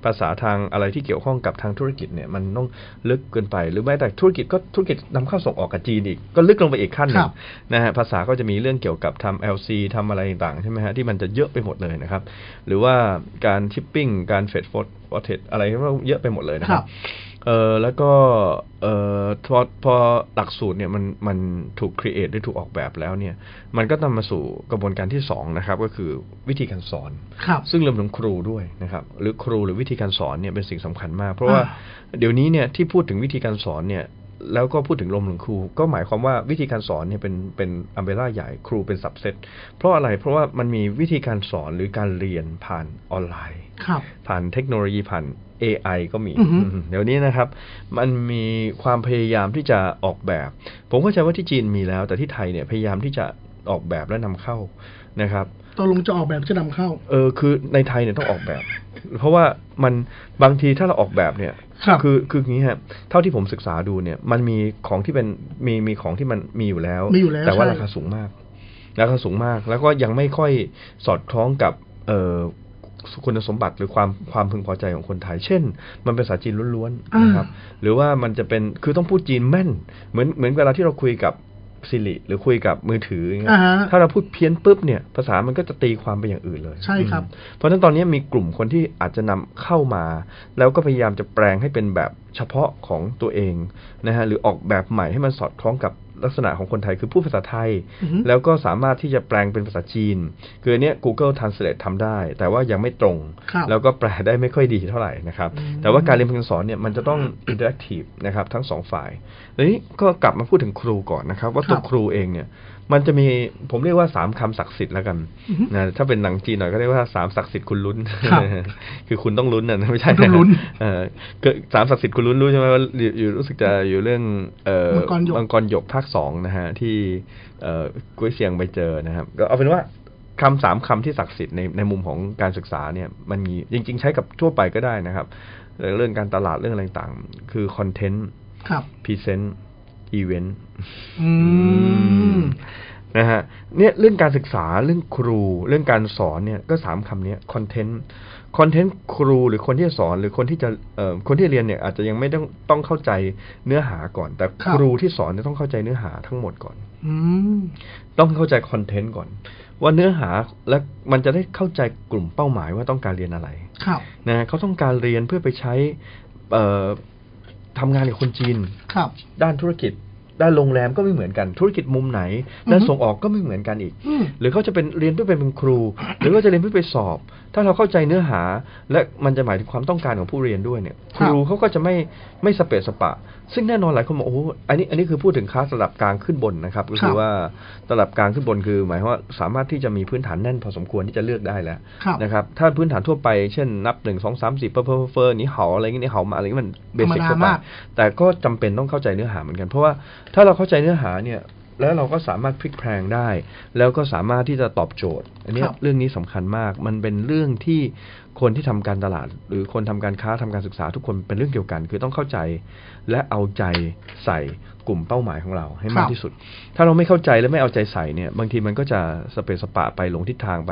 S3: ภาษาทางอะไรที่เกี่ยวข้องกับทางธุรกิจเนี่ยมันต้องลึกเกินไป หรือแม้แต่ธุรกิจก็ธุรกิจนำเข้าส่งออกกับจีนอีกก็ลึกลงไปอีกขั้นหนึ่
S2: ครั
S3: ง
S2: บ
S3: นะฮะภาษาก็จะมีเรื่องเกี่ยวกับทำ LC ทำอะไรต่างๆใช่ไหมฮะที่มันจะเยอะไปหมดเลยนะครับ หรือว่าการชิปปิ้งการเฟดฟอร์ดอะไรที่มันเยอะไปหมดเลยนะค
S2: ครั
S3: รับ บ เออแล้วก็เออพอพอหลักสูตรเนี่ยมันมันถูกครีเอทหรือถูกออกแบบแล้วเนี่ยมันก็นำมาสู่กระบวนการที่สองนะครับก็คือวิธีการสอน
S2: ครับ
S3: ซึ่งรวมถึงครูด้วยนะครับหรือครูหรือวิธีการสอนเนี่ยเป็นสิ่งสำคัญมาก เพราะว่า
S2: อ่
S3: เดี๋ยวนี้เนี่ยที่พูดถึงวิธีการสอนเนี่ยแล้วก็พูดถึงลมถึงครู ก็หมายความว่าวิธีการสอนเนี่ยเป็นเป็นอัมเบร่าใหญ่ครูเป็นสับเซตเพราะอะไรเพราะว่ามันมีวิธีการสอนหรือการเรียนผ่านออนไลน์
S2: ครับ
S3: ผ่านเทคโนโลยีผ่าน AI ก็มี
S2: อือฮึ
S3: อืมเดี๋ยวนี้นะครับ มันมีความพยายามที่จะออกแบบ ผมเข้าใจว่าที่จีนมีแล้ว แต่ที่ไทยเนี่ยพยายามที่จะออกแบบและนำเข้านะครับ
S2: ตกลงจะออกแบบจะนำเข้า
S3: เออคือในไทยเนี่ยต้องออกแบบ เพราะว่ามันบางทีถ้าเราออกแบบเนี่ย
S2: ครับ
S3: อคืออย่างนี้ฮะเท่าที่ผมศึกษาดูเนี่ย มันมีของที่เป็นมีมีของที่มันมีอยู่แล้ว
S2: มีอยู่แล้ว
S3: แต่ว่า
S2: ใช่
S3: ราคาสูงมากราคาสูงมาก แล้วก็ยังไม่ค่อยสอดคล้องกับเอ่อคุณสมบัติหรือความความพึงพอใจของคนไทย เช่น มันเป็นภาษาจีนล้วนๆนะครับ
S2: อ่
S3: หรือว่ามันจะเป็นคือต้องพูดจีนแม่น เหมือนเหมือนเวลาที่เราคุยกับสิริหรือคุยกับมือถืออย่างเงี้ย
S2: อ่าฮะ
S3: ถ้าเราพูดเพี้ยนปุ๊บเนี่ยภาษามันก็จะตีความไปอย่างอื่นเลย
S2: ใช่ครับ
S3: อืมเพราะฉะนั้นตอนนี้มีกลุ่มคนที่อาจจะนำเข้ามา แล้วก็พยายามจะแปลงให้เป็นแบบเฉพาะของตัวเองนะฮะหรือออกแบบใหม่ให้มันสอดคล้องกับลักษณะของคนไทยคือพูดภาษาไทย
S2: อือฮึ
S3: แล้วก็สามารถที่จะแปลงเป็นภาษาจีน คืออนเนี้ย Google Translate ทำได้ แต่ว่ายังไม่ตรง
S2: ครับ
S3: แล้วก็แปลได้ไม่ค่อยดีเท่าไหร่นะครับ
S2: อืม
S3: แต่ว่าการเรียนการสอนเนี่ยมันจะต้องอินเ r อร์แอคทีฟนะครับทั้งสองฝ่ายทีนี้ก็กลับมาพูดถึงครูก่อนนะครับ ว่า
S2: คว
S3: ตั
S2: รับ
S3: ครูเองเนี่ย มันจะมีผมเรียกว่าสามคำศักดิ์สิทธิ์แล้วกัน
S2: อือฮึ
S3: นะถ้าเป็นหนังจีนหน่อยก็เรียกว่าสามศักดิ์สิทธิ์คุณลุ้น
S2: ครับ
S3: คือคุณต้องลุ้นนะไม่ใช่
S2: คุณต้องลุ้น
S3: เออคือสามศักดิ์สิทธิ์คุณลุ้นรู้ใช่ไหมว่าอยู่อยู่รู้สึกจะอยู่เรื่องเออ
S2: มังกรหยก
S3: มังกรหยกภาคสองนะฮะที่เออกุ้ยเซียงไปเจอนะครับก็เอาเป็นว่า คำสามคำที่ศักดิ์สิทธิ์ในในมุมของการศึกษาเนี่ยมันมีจริง ๆ ใช้กับทั่วไปก็ได้นะครับ เรื่องการตลาดเรื่องอะไรต่างๆคือคอนเทนต์
S2: ครับ
S3: พรีเซนต์อีเวนต์
S2: อืม
S3: นะฮะเนี่ยเรื่องการศึกษาเรื่องครู เรื่องการสอนเนี่ยก็สามคำเนี้คอนเทนต์คอนเทนต์ครูหรือคนที่สอนหรือคนที่จะเอ่อคนที่เรียนเนี่ยอาจจะยังไม่ต้องต้องเข้าใจเนื้อหาก่อน แต่
S2: ครับ
S3: ครูที่สอนเนี่ยต้องเข้าใจเนื้อหาทั้งหมดก่อน
S2: อืม
S3: ต้องเข้าใจคอนเทนต์ก่อน ว่าเนื้อหาและมันจะได้เข้าใจกลุ่มเป้าหมายว่าต้องการเรียนอะไร
S2: ครับ
S3: นะเขาต้องการเรียนเพื่อไปใช้เอ่อทำงานกับคนจีน
S2: ครับ
S3: ด้านธุรกิจ ด้านโรงแรมก็ไม่เหมือนกัน ธุรกิจมุมไหน ด้านส่งออกก็ไม่เหมือนกันอีก
S2: อืม
S3: หรือเขาจะเป็นเรียนเพื่อเป็นครู หรือว่าจะเรียนเพื่อไปสอบ ถ้าเราเข้าใจเนื้อหา และมันจะหมายถึงความต้องการของผู้เรียนด้วยเนี่ย
S2: ค
S3: ครับ รูเขาก็จะไม่ไม่สเปะสปะ ซึ่งแน่นอนหลายคนบอกโอ้โหอันนี้อันนี้คือพูดถึงคลาสระดับกลางขึ้นบนนะครับ ก็คื
S2: ครั
S3: อบ ว่าระดับกลางขึ้นบนคือ หมายความว่าสามารถที่จะมีพื้นฐานแน่นพอสมควรที่จะเลือกได้แล้ว
S2: ครับ
S3: นะครับ ถ้าพื้นฐานทั่วไป เช่นนับหนึ่งสองสามสี่เพิ่มเพิ่มเพิ่มนี่เหาอะไรเงี้ยนี่เหามาอะไรเงี้ยมันเบสิก
S2: ธรรมดา
S3: ทั่วไป
S2: มาก
S3: แต่ก็จำเป็นต้องเข้าใจเนื้อหาเหมือนกัน เพราะว่าถ้าเราเข้าใจเนื้อหาเนี่ยแล้วเราก็สามารถพลิกแพลงได้ แล้วก็สามารถที่จะตอบโจทย์ อันเนี้
S2: ค
S3: ย
S2: รับ
S3: เรื่องนี้สำคัญมาก มันเป็นเรื่องที่คนที่ทำการตลาด หรือคนทำการค้าทำการศึกษาทุกคนเป็นเรื่องเดียวกัน คือต้องเข้าใจ และเอาใจใส่กลุ่มเป้าหมายของเราให้
S2: ค
S3: มา
S2: รั
S3: ก
S2: บ
S3: ที่สุด ถ้าเราไม่เข้าใจและไม่เอาใจใส่เนี่ยบางทีมันก็จะสเปซสปะไปหลงทิศทางไป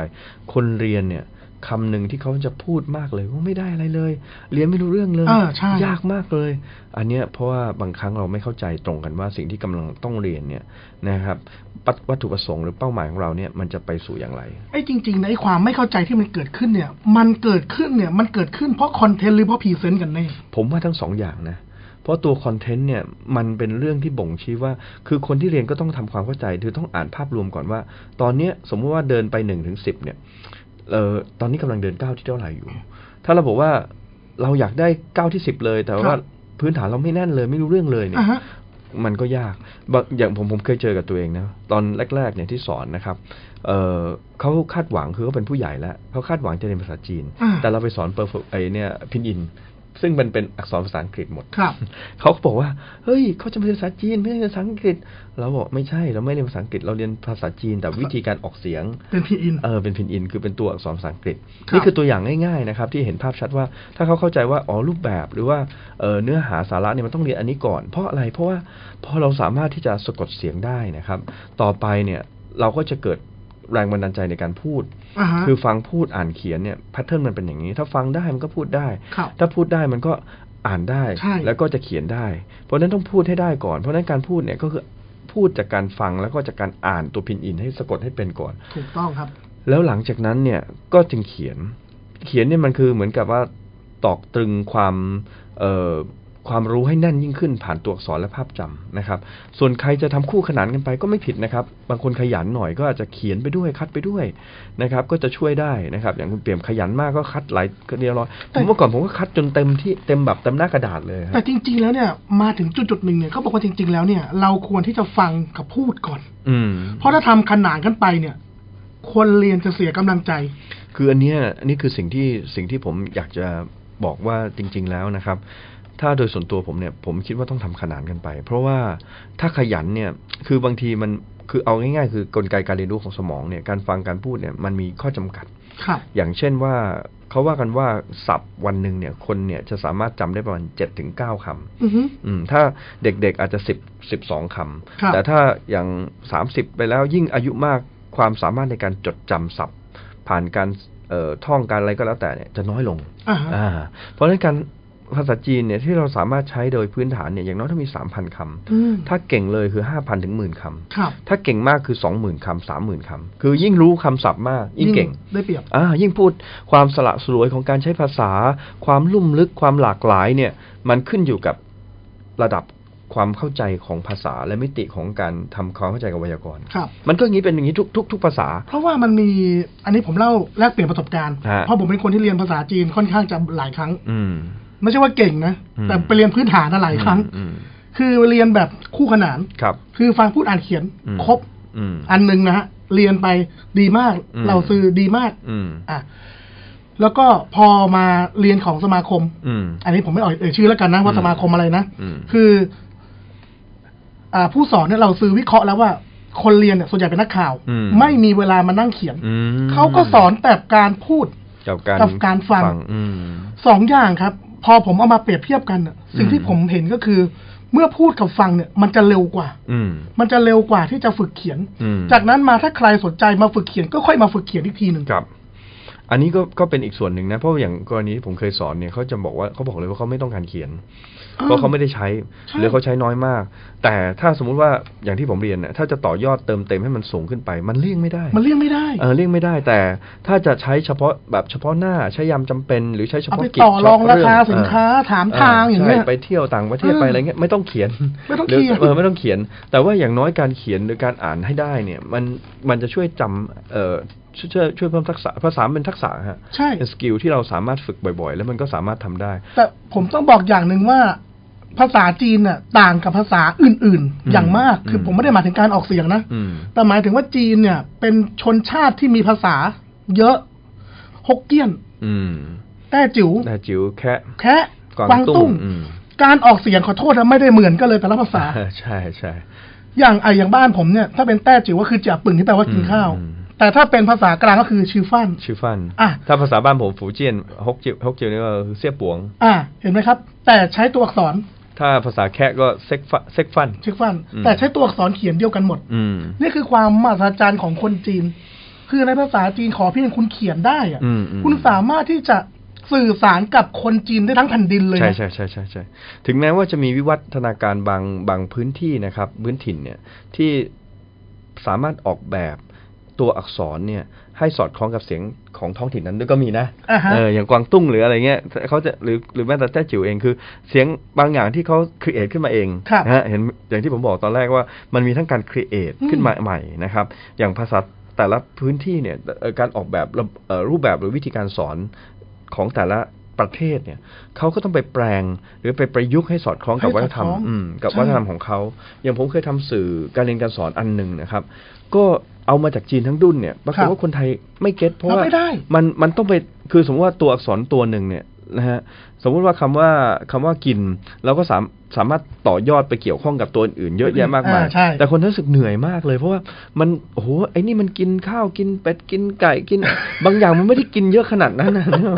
S3: คนเรียนเนี่ยคำหนึ่งที่เขาจะพูดมากเลยว่าไม่ได้อะไรเลย เรียนไม่รู้เรื่องเลย
S2: อ่าใช่
S3: ยาก ยากมากเลย อันเนี้ยเพราะว่าบางครั้งเราไม่เข้าใจตรงกันว่าสิ่งที่กำลังต้องเรียนเนี่ยนะครับปัตวัตถุประสงค์หรือเป้าหมายของเราเนี่ยมันจะไปสู่อย่างไร
S2: ไอ้จริงๆนะไอ้ความไม่เข้าใจที่มันเกิดขึ้นเนี่ย มันเกิดขึ้นเนี่ย มันเกิดขึ้นเพราะคอนเทนต์หรือเพราะพรีเซนต์กันแน่
S3: ผมว่าทั้งสองอย่างนะ ราะตัวคอนเทนต์เนี่ยมันเป็นเรื่องที่บ่งชี้ว่า คือคนที่เรียนก็ต้องทำความเข้าใจคือต้องอ่านภาพรวมก่อนว่า ตอนเนี้ยสมมุติว่าเดินไปหนึ่งถึงสิบเนี่ยเออตอนนี้กำลังเดินก้าวที่เท่าไหร่อยู่ ถ้าเราบอกว่าเราอยากได้ก้าวที่สิบเลย แต่
S2: ครั
S3: ว่า
S2: บ
S3: พื้นฐานเราไม่แน่นเลยไม่รู้เรื่องเลยเนี่ย
S2: อ่าฮะ
S3: มันก็ยากบางอย่างผมผมเคยเจอกับตัวเองนะ ตอนแรกๆเนี่ยที่สอนนะครับ เออเขาคาดหวังคือเขาเป็นผู้ใหญ่แล้วเขาคาดหวังจะเรียนภาษาจีน
S2: อ่า
S3: แต่เราไปสอนเปอร์ไอเนี่ยพินอิน ซึ่งมันเป็นอักษรภาษาอังกฤษหมด
S2: ครับ
S3: เขาก็บอกว่า เฮ้ย เขาจะมาเรียนภาษาจีนไม่ได้เรียนภาษาอังกฤษ เราบอกไม่ใช่ เราไม่เรียนภาษาอังกฤษ เราเรียนภาษาจีน แต่วิธีการออกเสียง
S2: เป็นพีอิน
S3: เออ เป็นพินอิน คือเป็นตัวอักษรภาษาอังกฤษ
S2: ครับ
S3: นี่คือตัวอย่างง่ายๆนะครับ ที่เห็นภาพชัดว่า ถ้าเขาเข้าใจว่า อ๋อ รูปแบบ หรือว่าเอ่อเนื้อหาสาระเนี่ยมันต้องเรียนอันนี้ก่อน เพราะอะไร เพราะว่าพอเราสามารถที่จะสะกดเสียงได้นะครับ ต่อไปเนี่ยเราก็จะเกิดแรงบันดาลใจในการพูด
S2: อ่าฮะ
S3: คือฟังพูดอ่านเขียนเนี่ยแพทเทิร์นมันเป็นอย่างนี้ ถ้าฟังได้มันก็พูดได้
S2: ครับ
S3: ถ้าพูดได้มันก็อ่านได้
S2: ใช่
S3: แล้วก็จะเขียนได้ เพราะฉะนั้นต้องพูดให้ได้ก่อน เพราะฉะนั้นการพูดเนี่ยก็คือพูดจากการฟังแล้วก็จากการอ่านตัวพินอินให้สะกดให้เป็นก่อน
S2: ถูกต้องครับ
S3: แล้วหลังจากนั้นเนี่ยก็จึงเขียน เขียนเนี่ยมันคือเหมือนกับว่าตอกตรึงความเอ่อความรู้ให้แน่นยิ่งขึ้นผ่านตัวอักษรและภาพจำนะครับ ส่วนใครจะทำคู่ขนานกันไปก็ไม่ผิดนะครับ บางคนขยันหน่อยก็อาจจะเขียนไปด้วยคัดไปด้วยนะครับ ก็จะช่วยได้นะครับ อย่างคุณเปี่ยมขยันมากก็คัดหลายเรียบร้อยผมเมื่อก่อนผมก็คัดจนเต็มที่เต็มแบบเต็มหน้ากระดาษเลยค
S2: แต่
S3: รับ
S2: จริง ๆ แล้วเนี่ยมาถึงจุดจุดๆหนึ่งเนี่ยเขาบอกว่าจริง ๆ แล้วเนี่ย เราควรที่จะฟังกับพูดก่อน
S3: อืม
S2: เพราะถ้าทำขนานกันไปเนี่ย คนเรียนจะเสียกำลังใจ
S3: คืออันเนี้ยอันนี่คือสิ่งที่สิ่งที่ผมอยากจะบอกว่าจริง ๆแล้วนะครับ ถ้าโดยส่วนตัวผมเนี่ยผมคิดว่าต้องทำขนานกันไป เพราะว่าถ้าขยันเนี่ยคือบางทีมันคือเอาง่ายๆ คือกลไกการเรียนรู้ของสมองเนี่ยการฟังการพูดเนี่ยมันมีข้อจำกัด
S2: ครับ
S3: อย่างเช่นว่าเขาว่ากันว่าศัพท์วันหนึ่งเนี่ยคนเนี่ยจะสามารถจำได้ประมาณ7จ็ถึงเก้าคำ
S2: อือฮึ
S3: อืมถ้าเด็กๆอาจจะสิบสิบสองค
S2: ครับ
S3: ำแต่ถ้าอย่างสามสิบไปแล้วยิ่งอายุมากความสามารถในการจดจำศัพท์ ผ่านการเอ่อท่องการอะไรก็แล้วแต่เนี่ยจะน้อยลง
S2: อ่าฮะ
S3: อ่าเพราะฉะนั้นการภาษาจีนเนี่ยที่เราสามารถใช้โดยพื้นฐานเนี่ยอย่างน้อยต้องมีสามพันค
S2: อืม
S3: ำถ้าเก่งเลยคือห้าพันถึงหมื่นค
S2: ครับ
S3: ำถ้าเก่งมากคือสองหมื่นคำสามหมื่นคำคือยิ่งรู้คำศัพท์มากยิ่งเก่ง
S2: ได้เปรียบ
S3: อ่ายิ่งพูดความสละสลวยของการใช้ภาษา ความลุ่มลึกความหลากหลายเนี่ยมันขึ้นอยู่กับระดับความเข้าใจของภาษาและมิติของการทำความเข้าใจกับไวยากรณ์
S2: ครับ
S3: มันก็อย่างนี้เป็นอย่างนี้ทุกทุกทุกภาษา
S2: เพราะว่ามันมีอันนี้ผมเล่าแลกเปลี่ยนประสบการณ์
S3: ฮะ
S2: เพราะผมเป็นคนที่เรียนภาษาจีนค่อนข้างจะหลายครั้ง
S3: อืม
S2: ไม่ใช่ว่าเก่งนะ
S3: อืม
S2: แต่ไปเรียนพื้นฐานน่ะหลายครั้ง
S3: อืม
S2: คือเรียนแบบคู่ขนาน
S3: ครับ
S2: คือฟังพูดอ่านเขียน
S3: อืม
S2: ครบ
S3: อืม
S2: อันหนึ่งนะฮะ เรียนไปดีมาก
S3: อืม
S2: เราซื้อดีมาก
S3: อืม
S2: อ่ะ แล้วก็พอมาเรียนของสมาคม
S3: อืม
S2: อันนี้ผมไม่เอ่ยเอ่ยชื่อแล้วกันนะว่า
S3: อืม
S2: สมาคมอะไรนะ
S3: อืม
S2: คือ อ่า ผู้สอนเนี่ยเราซื้อวิเคราะห์แล้วว่า คนเรียนเนี่ยส่วนใหญ่เป็นนักข่าว
S3: อืม
S2: ไม่มีเวลามานั่งเขียน
S3: อืม
S2: เขาก็สอนแต่การพูด
S3: กับการ
S2: กับการฟัง
S3: อืม
S2: สองอย่างครับ พอผมเอามาเปรียบเทียบกันน่ะสิ่งที่
S3: อืม
S2: ผมเห็นก็คือ เมื่อพูดกับฟังเนี่ย มันจะเร็วกว่า
S3: อืม
S2: มันจะเร็วกว่าที่จะฝึกเขียน
S3: อืม
S2: จากนั้นมาถ้าใครสนใจมาฝึกเขียนก็ค่อยมาฝึกเขียนอีกทีหนึ่ง
S3: ครับ อันนี้ก็ก็เป็นอีกส่วนหนึ่งนะ เพราะว่าอย่างกรณีที่ผมเคยสอนเนี่ยเขาจะบอกว่าเขาบอกเลยว่าเขาไม่ต้องการเขียน
S2: อ้าว
S3: เพราะเขาไม่ได้ใช้
S2: ใช่
S3: หรือเขาใช้น้อยมาก แต่ถ้าสมมุติว่าอย่างที่ผมเรียนเนี่ยถ้าจะต่อยอดเติมเต็มให้มันสูงขึ้นไป มันเลี่ยงไม่ได้
S2: มันเลี่ยงไม่ได้
S3: เออเลี่ยงไม่ได้ แต่ถ้าจะใช้เฉพาะแบบเฉพาะหน้าใช้ยามจำเป็น หรือใช้เฉ
S2: เอา
S3: พาะ
S2: ไป
S3: กิจ
S2: ต่อรอง
S3: เฉพะ
S2: ราคา
S3: เอ
S2: สินค้าถามทางอย่างเงี้ย
S3: ใช่ไปเที่ยวต่างประเทศ
S2: เออ
S3: ไปอะไรเงี้ยไม่ต้องเขียน
S2: ไม่ต้อง
S3: หรือ
S2: เขียน
S3: เออไม่ต้องเขียน แต่ว่าอย่างน้อยการเขียนหรือการอ่านให้ได้เนี่ย มันมันจะช่วยจำเอ่อช่วยช่วยช่วยเพิ่มทักษะภาษามันเป็นทักษะฮะ
S2: ใช่
S3: เป็นสกิลที่เราสามารถฝึกบ่อยๆ แล้วมันก็สามารถทำได้
S2: แต่ผมต้องบอกอย่างหนึ่งว่า ภาษาจีนน่ะต่างกับภาษาอื่น
S3: อืม
S2: ๆ อย่างมาก คืออ
S3: ม
S2: ผมไม่ได้หมายถึงการออกเสียงนะ
S3: อืม
S2: แต่หมายถึงว่าจีนเนี่ย เป็นชนชาติที่มีภาษา เยอะฮกเกี้ยน
S3: อืม
S2: แต้จิ๋ว
S3: แต่จิ๋วแค่
S2: แคะ
S3: กวาง
S2: กวาง
S3: ตุ้
S2: ตุ้
S3: ง
S2: ง
S3: อืม
S2: การออกเสียงขอโทษนะไม่ได้เหมือนกันเลยแต่ละภาษา
S3: ใช่ใช่
S2: อย่างไอะอย่างบ้านผมเนี่ย ถ้าเป็นแต้จิ๋วก็คือจ่าปึ่งที่แปลว่ากินข้าว
S3: อืม
S2: แต่ถ้าเป็นภาษากลางก็คือชื่อฟัน
S3: ชื่อฟัน
S2: อ่ะ
S3: ถ้าภาษาบ้านผมฝูเจียนฮกจิวฮกจิวนี่ก็คือเสี้ยปวง
S2: อ่า เห็นไหมครับ แต่ใช้ตัวอักษร
S3: ถ้าภาษาแค่ก็เซ็กฟันเซ็กฟัน
S2: ชื่อฟัน
S3: อืม
S2: แต่ใช้ตัวอักษรเขียนเดียวกันหมด
S3: อืม
S2: นี่คือความมหัศจรรย์ของคนจีน คือในภาษาจีนขอเพียงคุณเขียนได้อะ
S3: อืมอืม
S2: คุณสามารถที่จะสื่อสารกับคนจีนได้ทั้งแผ่นดินเลย
S3: ใช่
S2: นะ
S3: ใช่ใช่ใช่ใช่ถึงแม้ว่าจะมีวิวัฒนาการบางบางพื้นที่นะครับ พื้นถิ่นเนี่ยที่สามารถออกแบบตัวอักษรเนี่ยให้สอดคล้องกับเสียง ของท้องถิ่นนั้นด้วยก็มีนะ
S2: อ่าฮะ
S3: เอออย่างกวางตุ้งหรืออะไรเงี้ยเขาจะหรือหรือแม้แต่แต้จิ๋วเองคือ เสียงบางอย่างที่เขาครีเอทขึ้นมาเอง
S2: ครับ
S3: นะฮะเห็นอย่างที่ผมบอกตอนแรกว่ามันมีทั้งการครีเอท
S2: อืม
S3: ขึ้นมาใหม่นะครับ อย่างภาษาแต่ละพื้นที่เนี่ยเอ่อการออกแบบระบเอ่อรูปแบบหรือวิธีการสอนของแต่ละประเทศเนี่ยเขาก็ต้องไปแปลงหรือไปประยุกต์ให้สอดคล้องกับ
S2: ให้
S3: วัฒ
S2: สอ
S3: น
S2: ดค
S3: ธร
S2: ล้
S3: ร
S2: อ
S3: ม
S2: ง
S3: อืมกับ
S2: ใช่
S3: วัฒนธรรมของเขาอย่างผมเคยทำสื่อการเรียนการสอนอันหนึ่งนะครับ ก็เอามาจากจีนทั้งดุนเนี่ยปรากฏว่าคนไทยไม่เก็ตเพราะ
S2: รับ
S3: ว่า
S2: ไม่ได้
S3: มันมันต้องไปคือสมมติว่าตัวอักษรตัวหนึ่งเนี่ยนะฮะสมมุติว่าคำว่าคำว่ากินเราก็สามสามารถต่อยอดไปเกี่ยวข้องกับตัวอื่นเยอะแยะมากมาย
S2: อ่าใช่
S3: แต่คนรู้สึกเหนื่อยมากเลย เพราะว่ามันโอ้โหไอ้นี่มันกินข้าวกินเป็ดกินไก่กิน บางอย่างมันไม่ได้กินเยอะขนาดนั้นนะ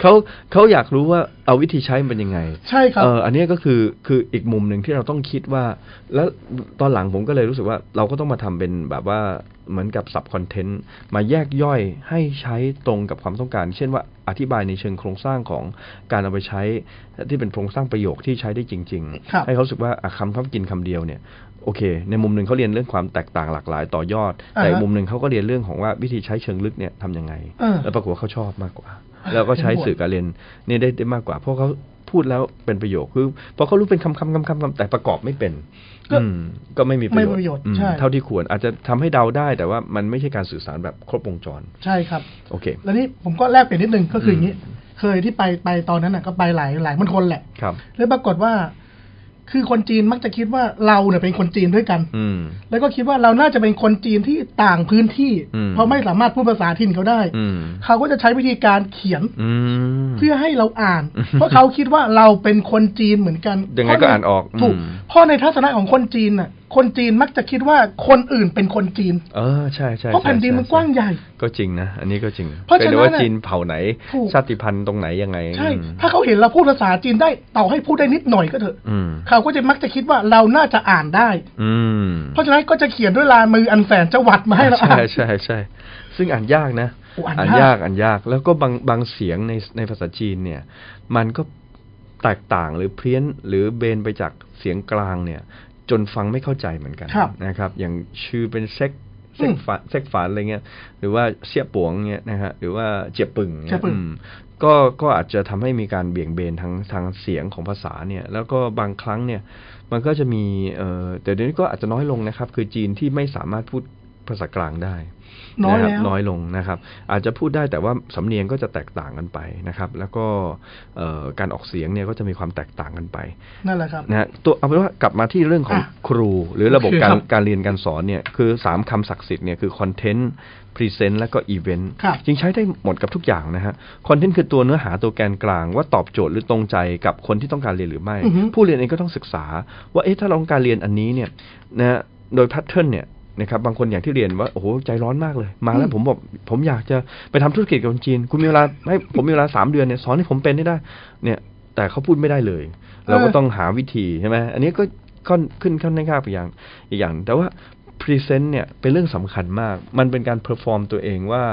S3: เขาเขาอยากรู้ว่าเอาวิธีใช้มันเป็นยังไง
S2: ใช่ครับ
S3: เอออันเนี้ยก็คือคืออีกมุมหนึ่งที่เราต้องคิดว่า แล้วตอนหลังผมก็เลยรู้สึกว่าเราก็ต้องมาทำเป็นแบบว่าเหมือนกับสับคอนเทนต์มาแยกย่อยให้ใช้ตรงกับความต้องการ เช่นว่าอธิบายในเชิงโครงสร้างของการเอาไปใช้ที่เป็นโครงสร้างประโยคที่ใช้ได้จริง
S2: ครับ
S3: ๆ ให้เขารู้สึกว่าอ่ะคำเขากินคำเดียวเนี่ยโอเค ในมุมหนึ่งเขาเรียนเรื่องความแตกต่างหลากหลายต่อยอด แต่อีกมุมหนึ่งเขาก็เรียนเรื่องของว่าวิธีใช้เชิงลึกเนี่ยทำยังไง
S2: เออ
S3: แล้วปรากฏว่าเขาชอบมากกว่า แล้วก็ใช้สื่อการเรียนนี่ได้ได้มากกว่า เพราะเขาพูดแล้วเป็นประโยชน์คือพอเขารู้เป็นคำคำคำคำคำแต่ประกอบไม่เป็น
S2: ก็
S3: อืมก็ไม่มีประโยช
S2: ไม่มีประโยชน์
S3: น์อืม
S2: ใช่
S3: เท่าที่ควรอาจจะทำให้เดาได้แต่ว่ามันไม่ใช่การสื่อสารแบบครบวงจร
S2: ใช่ครับ
S3: โอเค
S2: แล้วนี่ผมก็แลกเปลี่ยนนิดนึงก็คืออย่างนี้ เคยที่ไปไปตอนนั้นน่ะก็ไปหลายหลายมณฑลแหละ
S3: ครับ
S2: แล้วปรากฏว่า คือคนจีนมักจะคิดว่าเราเนี่ยเป็นคนจีนด้วยกัน
S3: อืม
S2: แล้วก็คิดว่าเราน่าจะเป็นคนจีนที่ต่างพื้นที่
S3: อืม
S2: เพราะไม่สามารถพูดภาษาถิ่นเขาได้
S3: อืม
S2: เขาก็จะใช้วิธีการเขียน
S3: อืม
S2: เพื่อให้เราอ่าน
S3: อืม
S2: เพราะเขาคิดว่าเราเป็นคนจีนเหมือนกัน
S3: ยังไงก็อ่านออก
S2: ถูก
S3: อืม
S2: เพราะในทัศนะของคนจีนน่ะ คนจีนมักจะคิดว่าคนอื่นเป็นคนจีน
S3: เออใช่ใช่
S2: เพราะแผ่นดินมันกว้างใหญ่
S3: ก็จริงนะอันนี้ก็จริง
S2: เพราะ
S3: ป็
S2: ฉะนั้น
S3: ว่า
S2: น่ะ
S3: จีนเผ่าไหน
S2: ถูก
S3: ชาติพันธุ์ตรงไหนยังไง
S2: ใช่
S3: อืม
S2: ถ้าเขาเห็นเราพูดภาษาจีนได้ต่อให้พูดได้นิดหน่อยก็เถอะ
S3: อืม
S2: เขาก็จะมักจะคิดว่าเราน่าจะอ่านได้
S3: อืม
S2: เพราะฉะนั้นก็จะเขียนด้วยลายมืออันแสนจะหวัดมาให้เราอ่าน
S3: ใช่ใช่ใช่ซึ่งอ่านยากนะ
S2: โอ้อ่านยาก
S3: อ่านยากแล้วก็บางบางเสียงในในภาษาจีนเนี่ย มันก็แตกต่างหรือเพี้ยนหรือเบนไปจากเสียงกลางเนี่ย จนฟังไม่เข้าใจเหมือนกัน
S2: ครับ
S3: นะครับ อย่างชื่อเป็นเซ็กเซ็
S2: อื
S3: ก
S2: ม
S3: ฝานเซ็กฝานอะไรเงี้ยหรือว่าเสียปวงเนี่ยนะฮะหรือว่าเจียบปึ่ง
S2: เจี
S3: เนี่ย ย
S2: ปึ่ง
S3: อืมก็ก็อาจจะทำให้มีการเบี่ยงเบนทางทางเสียงของภาษาเนี่ย แล้วก็บางครั้งเนี่ย มันก็จะมีเอ่อแต่เดี๋ยวนี้ก็อาจจะน้อยลงนะครับ คือจีนที่ไม่สามารถพูดภาษากลางได้
S2: น้อย
S3: นะค
S2: แล้
S3: รั
S2: ว
S3: บน้อยลงนะครับ อาจจะพูดได้แต่ว่าสำเนียงก็จะแตกต่างกันไปนะครับ แล้วก็เอ่อการออกเสียงเนี่ยก็จะมีความแตกต่างกันไป
S2: นั่นแหละครับ
S3: นะฮะตัวเอาเป็นว่ากลับมาที่เรื่องของ
S2: อ่ะ
S3: ครูหรือระบบ
S2: โอเค
S3: กา
S2: ครั
S3: ร
S2: บ
S3: การเรียนการสอนเนี่ยคือสามคำศักดิ์สิทธิ์เนี่ยคือคอนเทนต์พรีเซนต์และก็อีเวนต์
S2: ครับ
S3: จริงใช้ได้หมดกับทุกอย่างนะฮะคอนเทนต์คือตัวเนื้อหาตัวแกนกลาง ว่าตอบโจทย์หรือตรงใจกับคนที่ต้องการเรียนหรือไม่
S2: อือฮึ
S3: ผู้เรียนเองก็ต้องศึกษา ว่าเอ๊ะถ้าเราต้องการเรียนอันนี้เนี่ยนะฮะโดยแพทเทิร์นเนี่ยนะครับบางคนอย่างที่เรียนว่าโอ้โหใจร้อนมากเลย มาแล้ว
S2: อืม
S3: ผมบอกผมอยากจะไปทำธุรกิจกับคนจีน คุณมีเวลาให้ผมมีเวลาสามเดือนเนี่ยสอนให้ผมเป็นให้ได้เนี่ยแต่เขาพูดไม่ได้เลย เราก็
S2: เออ
S3: ต้องหาวิธีใช่ไหมอันนี้ก็ค่อนขึ้นข้างในข้างไปอย่างอีกอย่าง แต่ว่าพรีเซนต์เนี่ยเป็นเรื่องสำคัญมาก มันเป็นการเพอร์ฟอร์มตัวเองว่า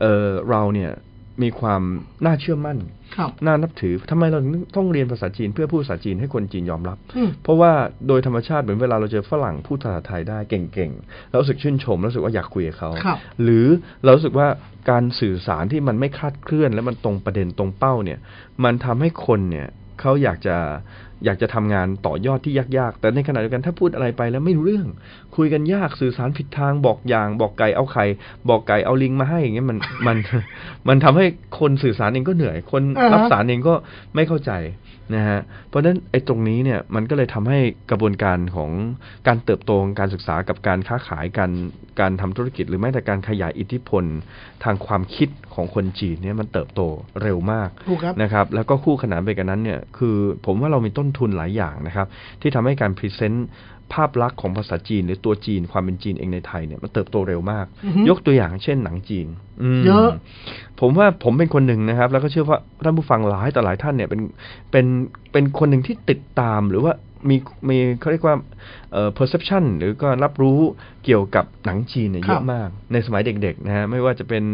S3: เออเราเนี่ยมีความน่าเชื่อมั่น
S2: ครับ
S3: น่านับถือทำไมเราถึงต้องเรียนภาษาจีนเพื่อพูดภาษาจีนให้คนจีนยอมรับ
S2: อืม
S3: เพราะว่าโดยธรรมชาติเหมือนเวลาเราเจอฝรั่งพูดภาษาไทยได้เก่งๆเรารู้สึกชื่นชมเรารู้สึกว่าอยากคุยกับเขา
S2: ครับ
S3: หรือเรารู้สึกว่าการสื่อสารที่มันไม่คลาดเคลื่อน และมันตรงประเด็นตรงเป้าเนี่ย มันทำให้คนเนี่ยเขาอยากจะอยากจะทำงานต่อยอดที่ยากๆ แต่ในขณะเดียวกันถ้าพูดอะไรไปแล้วไม่รู้เรื่อง คุยกันยากสื่อสารผิดทางบอกอย่างบอกไก่เอาไข่บอกไก่เอาลิงมาให้อย่างเงี้ยมันมัน มันทำให้คนสื่อสารเองก็เหนื่อยคน
S2: อ่าฮะ
S3: รับสารเองก็ไม่เข้าใจนะฮะเพราะฉะนั้นไอ้ตรงนี้เนี่ยมันก็เลยทำให้กระบวนการของการเติบโตของการศึกษากับการค้าขายการการทำธุรกิจ หรือแม้แต่การขยายอิทธิพลทางความคิดของคนจีนเนี่ยมันเติบโตเร็วมาก
S2: ถูกครับ
S3: นะครับแล้วก็คู่ขนานไปกันนั้นเนี่ยคือผมว่าเรามีต้นทุนหลายอย่างนะครับที่ทำให้การพรีเซนต์ภาพลักษณ์ของภาษาจีน หรือตัวจีนความเป็นจีนเองในไทยเนี่ยมันเติบโตเร็วมาก
S2: อือฮึ
S3: ยกตัวอย่างเช่นหนังจีนม
S2: เยอะ
S3: ผมว่าผมเป็นคนหนึ่งนะครับ แล้วก็เชื่อว่าท่านผู้ฟังหลายแต่อหลายท่านเนี่ยเป็นเป็นเป็นคนหนึ่งที่ติดตามหรือว่ามีมีเขาเรียกว่าเอ่อ perception หรือก็รับรู้เกี่ยวกับหนังจีนเนี่ยเย
S2: ครั
S3: อะ
S2: บ
S3: มากในสมัยเด็กๆนะฮะไม่ว่าจะเป็น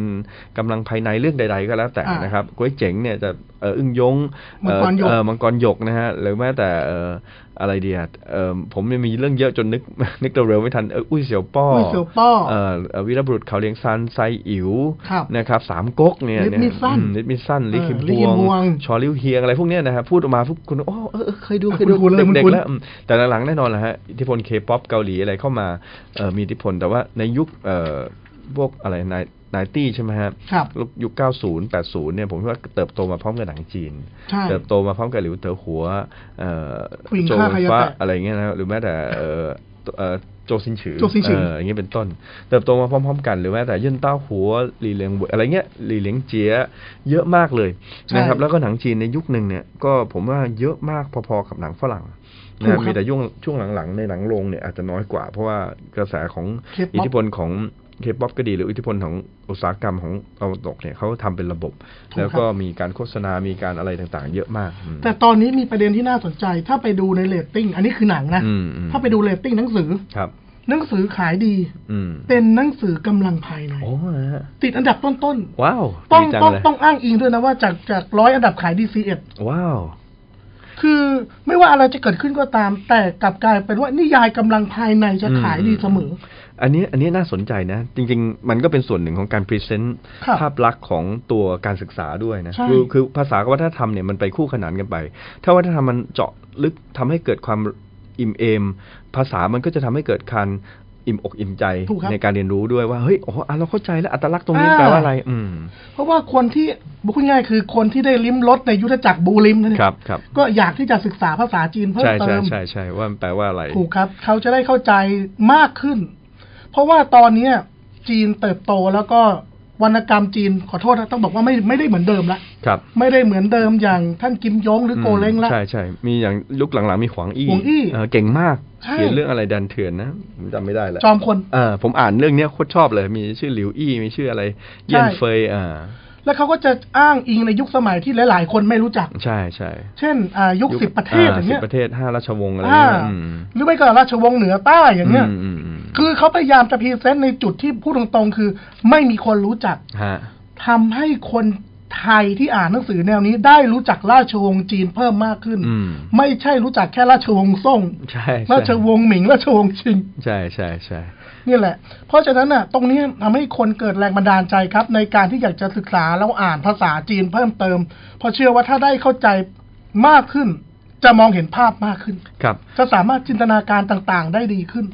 S3: กำลังภายในเรื่องใด ๆ ก็แล้วแต่
S2: อ่าน
S3: นะครับ ครับก๋วยเจ๋งเนี่ยจะเอ่ออึ้งยง
S2: มังกรหยก
S3: เอ่อเอ่อมังกรหยกนะฮะหรือแม้แต่เอ่อ อะไรเดียเอ่อผมยังมีเรื่องเยอะจนนึก นึกเร็วๆไม่ทันเอ่ออุ้ยเสี่ยวป้อ
S2: อุ้
S3: อุ้
S2: ยเสี่ยวป้อ
S3: เอ่อเอ่อวีรบุรุษเขาเลียงซันไซอิ๋ว
S2: ครับ
S3: นะครับสามก๊กเนี่ย
S2: ลิฟมิสซัน
S3: อืลิฟมิสซันลิขิม
S2: เออลิ
S3: พ
S2: ขิ
S3: ว
S2: ม
S3: ง
S2: พวง
S3: ชอลิ้วเฮียงอะไรพวกเนี้ยนะครับพูดออกมาพวกคุณโอ้เออเออเคยดูเคยดู
S2: คุ้นๆเลย
S3: เด็ก
S2: คุ้นๆ
S3: ๆแล้วอืมแต่หลังๆแน่นอนแหละฮะอิทธิพลเคป๊อปเกาหลีอะไรเข้ามาเอ่อมีอิทธิพลแต่ว่าในยุคเอ่อพวกอะไรนายนายตี้ใช่ไหมฮะ
S2: ครับ
S3: ยุค 90 80 เนี่ย ผมคิดว่าเติบโตมาพร้อมกับหนังจีน
S2: ใช่
S3: เติบโตมาพร้อมกับหลิวเต๋อหัว เอ่อ
S2: ผู้หญิง
S3: โจ
S2: ฆ่าใครจะ
S3: ฟ้า
S2: แตะ
S3: อะไรเงี้ยนะหรือแม้แต่เอ่อเอ่อโจซินฉือ
S2: โจซินฉือ
S3: เอย่างเงี้ยเป็นต้น เติบโตมาพร้อม ๆ กันหรือแม้แต่เย่นเต้าหัวหลีเหลียงเหวยอะไรเงี้ยหลีเหลียงเจียเยอะมากเลย
S2: ใช่
S3: นะครับ แล้วก็หนังจีนในยุคหนึ่งเนี่ยก็ผมว่าเยอะมากพอๆกับหนังฝรั่ง
S2: ถู
S3: นะ
S2: กค
S3: ฮะ
S2: รับ
S3: มีแต่ช่วงช่วงหลังๆในหนังโรงเนี่ยอาจจะน้อยกว่า เพราะว่ากระแสของ
S2: K-pop
S3: อิทธิพลของเคป๊อปก็ดีหรืออิทธิพลของอุตสาหกรรมของตะวันตกเนี่ยเขาทำเป็นระบบ
S2: ถูกครับ
S3: แล้วก็มีการโฆษณา มีการอะไรต่างๆ เยอะมากอืม
S2: แต่ตอนนี้มีประเด็นที่น่าสนใจ ถ้าไปดูในเรตติ้ง อันนี้คือหนังนะ
S3: อืมอืม
S2: ถ้าไปดูเรตติ้งหนังสือ
S3: ครับ
S2: หนังสือขายดี
S3: อืม
S2: เป็นหนังสือกำลังภายใน
S3: โอ้นะฮะ
S2: ติดอันดับต้น
S3: ว้าว
S2: ๆ ต้อง
S3: ดีจั
S2: ต้อง
S3: เลย
S2: ต้องอ้างอิงด้วยนะว่าจากจากร้อยอันดับขายดีซีเอ็ด
S3: ว้าว
S2: คือไม่ว่าอะไรจะเกิดขึ้นก็ตาม แต่กลับกลายเป็นว่านิยายกำลังภายในจะขายดีเสมอ
S3: อันนี้อันนี้น่าสนใจนะ จริง ๆ มันก็เป็นส่วนหนึ่งของการพรีเซนต์
S2: ครับ
S3: ภาพลักษณ์ของตัวการศึกษาด้วยนะ
S2: ใช่
S3: คืคือภาษากับวัฒนธรรมเนี่ยมันไปคู่ขนานกันไป ถ้าวัฒนธรรมมันเจาะลึกทำให้เกิดความอิ่มเอม ภาษามันก็จะทำให้เกิดการอิ่มอกอิ่มใจ
S2: ถูกครับ
S3: ในการเรียนรู้ด้วยว่าเฮ้ยโอ้โหอ่ะเราเข้าใจแล้วอัตลักษณ์ตรงนี้
S2: อ่า
S3: แปลว่าอะไร อืม
S2: เพราะว่าคนที่พูดง่ายๆคือคนที่ได้ลิ้มรสในยุทธจักรบูริมนั่นเอง
S3: ครับครับ
S2: ก็อยากที่จะศึกษาภาษาจีนเพิ่ม
S3: ใช่
S2: เติ
S3: ใช่
S2: ม
S3: ใช่ใช่ว่ามันแปลว่าอะไร
S2: ถูกครับ เขาจะได้เข้าใจมากขึ้น เพราะว่าตอนเนี้ย จีนเติบโตแล้วก็วรรณกรรมจีนขอโทษนะต้องบอกว่าไม่ไม่ได้เหมือนเดิมละ
S3: ครับ
S2: ไม่ได้เหมือนเดิมอย่างท่านกิมยงหรือโกเล้งละ
S3: ใช่ใช่ มีอย่างยุคหลังๆมีขวางอี้
S2: ขวางอี้
S3: เเก่งมาก
S2: ใช่
S3: เขียนเรื่องอะไรดันเถื่อนนะผมจำไม่ได้แล้ว
S2: จอมคน
S3: เออผมอ่านเรื่องเนี้ยโคตรชอบเลย มีชื่อหลิวอี้ มีชื่ออะไร เยี่ยนเฟยอ่า
S2: แล้วเขาก็จะอ้างอิงในยุคสมัยที่หลาย ๆ คนไม่รู้จัก
S3: ใช่ใช่
S2: เช่นอ่ายุคสิบประเทศอย่าง
S3: สิ
S2: เงี้
S3: บ
S2: ย
S3: ประเทศห้าราชวงศ์อะไร
S2: อ่า
S3: เงี้ยอืม
S2: หรือไม่ก็ราชวงศ์เหนือใต้อย่างเงี้ย
S3: อืมอืม
S2: คือเขาพยายามจะพรีเซนต์ในจุดที่พูดตรงๆ คือ ไม่มีคนรู้จัก
S3: ฮะ
S2: ทำให้คนไทยที่อ่านหนังสือแนวนี้ได้รู้จักราชวงศ์จีนเพิ่มมากขึ้น
S3: อืม
S2: ไม่ใช่รู้จักแค่ราชวงศ์ซ่ง
S3: ใช่ใช่
S2: ราชวงศ์หมิง ราชวงศ์ชิง
S3: ใช่ใช่ใช่
S2: นี่แหละ เพราะฉะนั้นน่ะ ตรงนี้ทำให้คนเกิดแรงบันดาลใจครับ ในการที่อยากจะศึกษาแล้วอ่านภาษาจีนเพิ่มเติม เพราะเชื่อว่าถ้าได้เข้าใจมากขึ้น จะมองเห็นภาพมากขึ้น
S3: ครับ
S2: จะสามารถจินตนาการต่างๆ ได้ดีขึ้น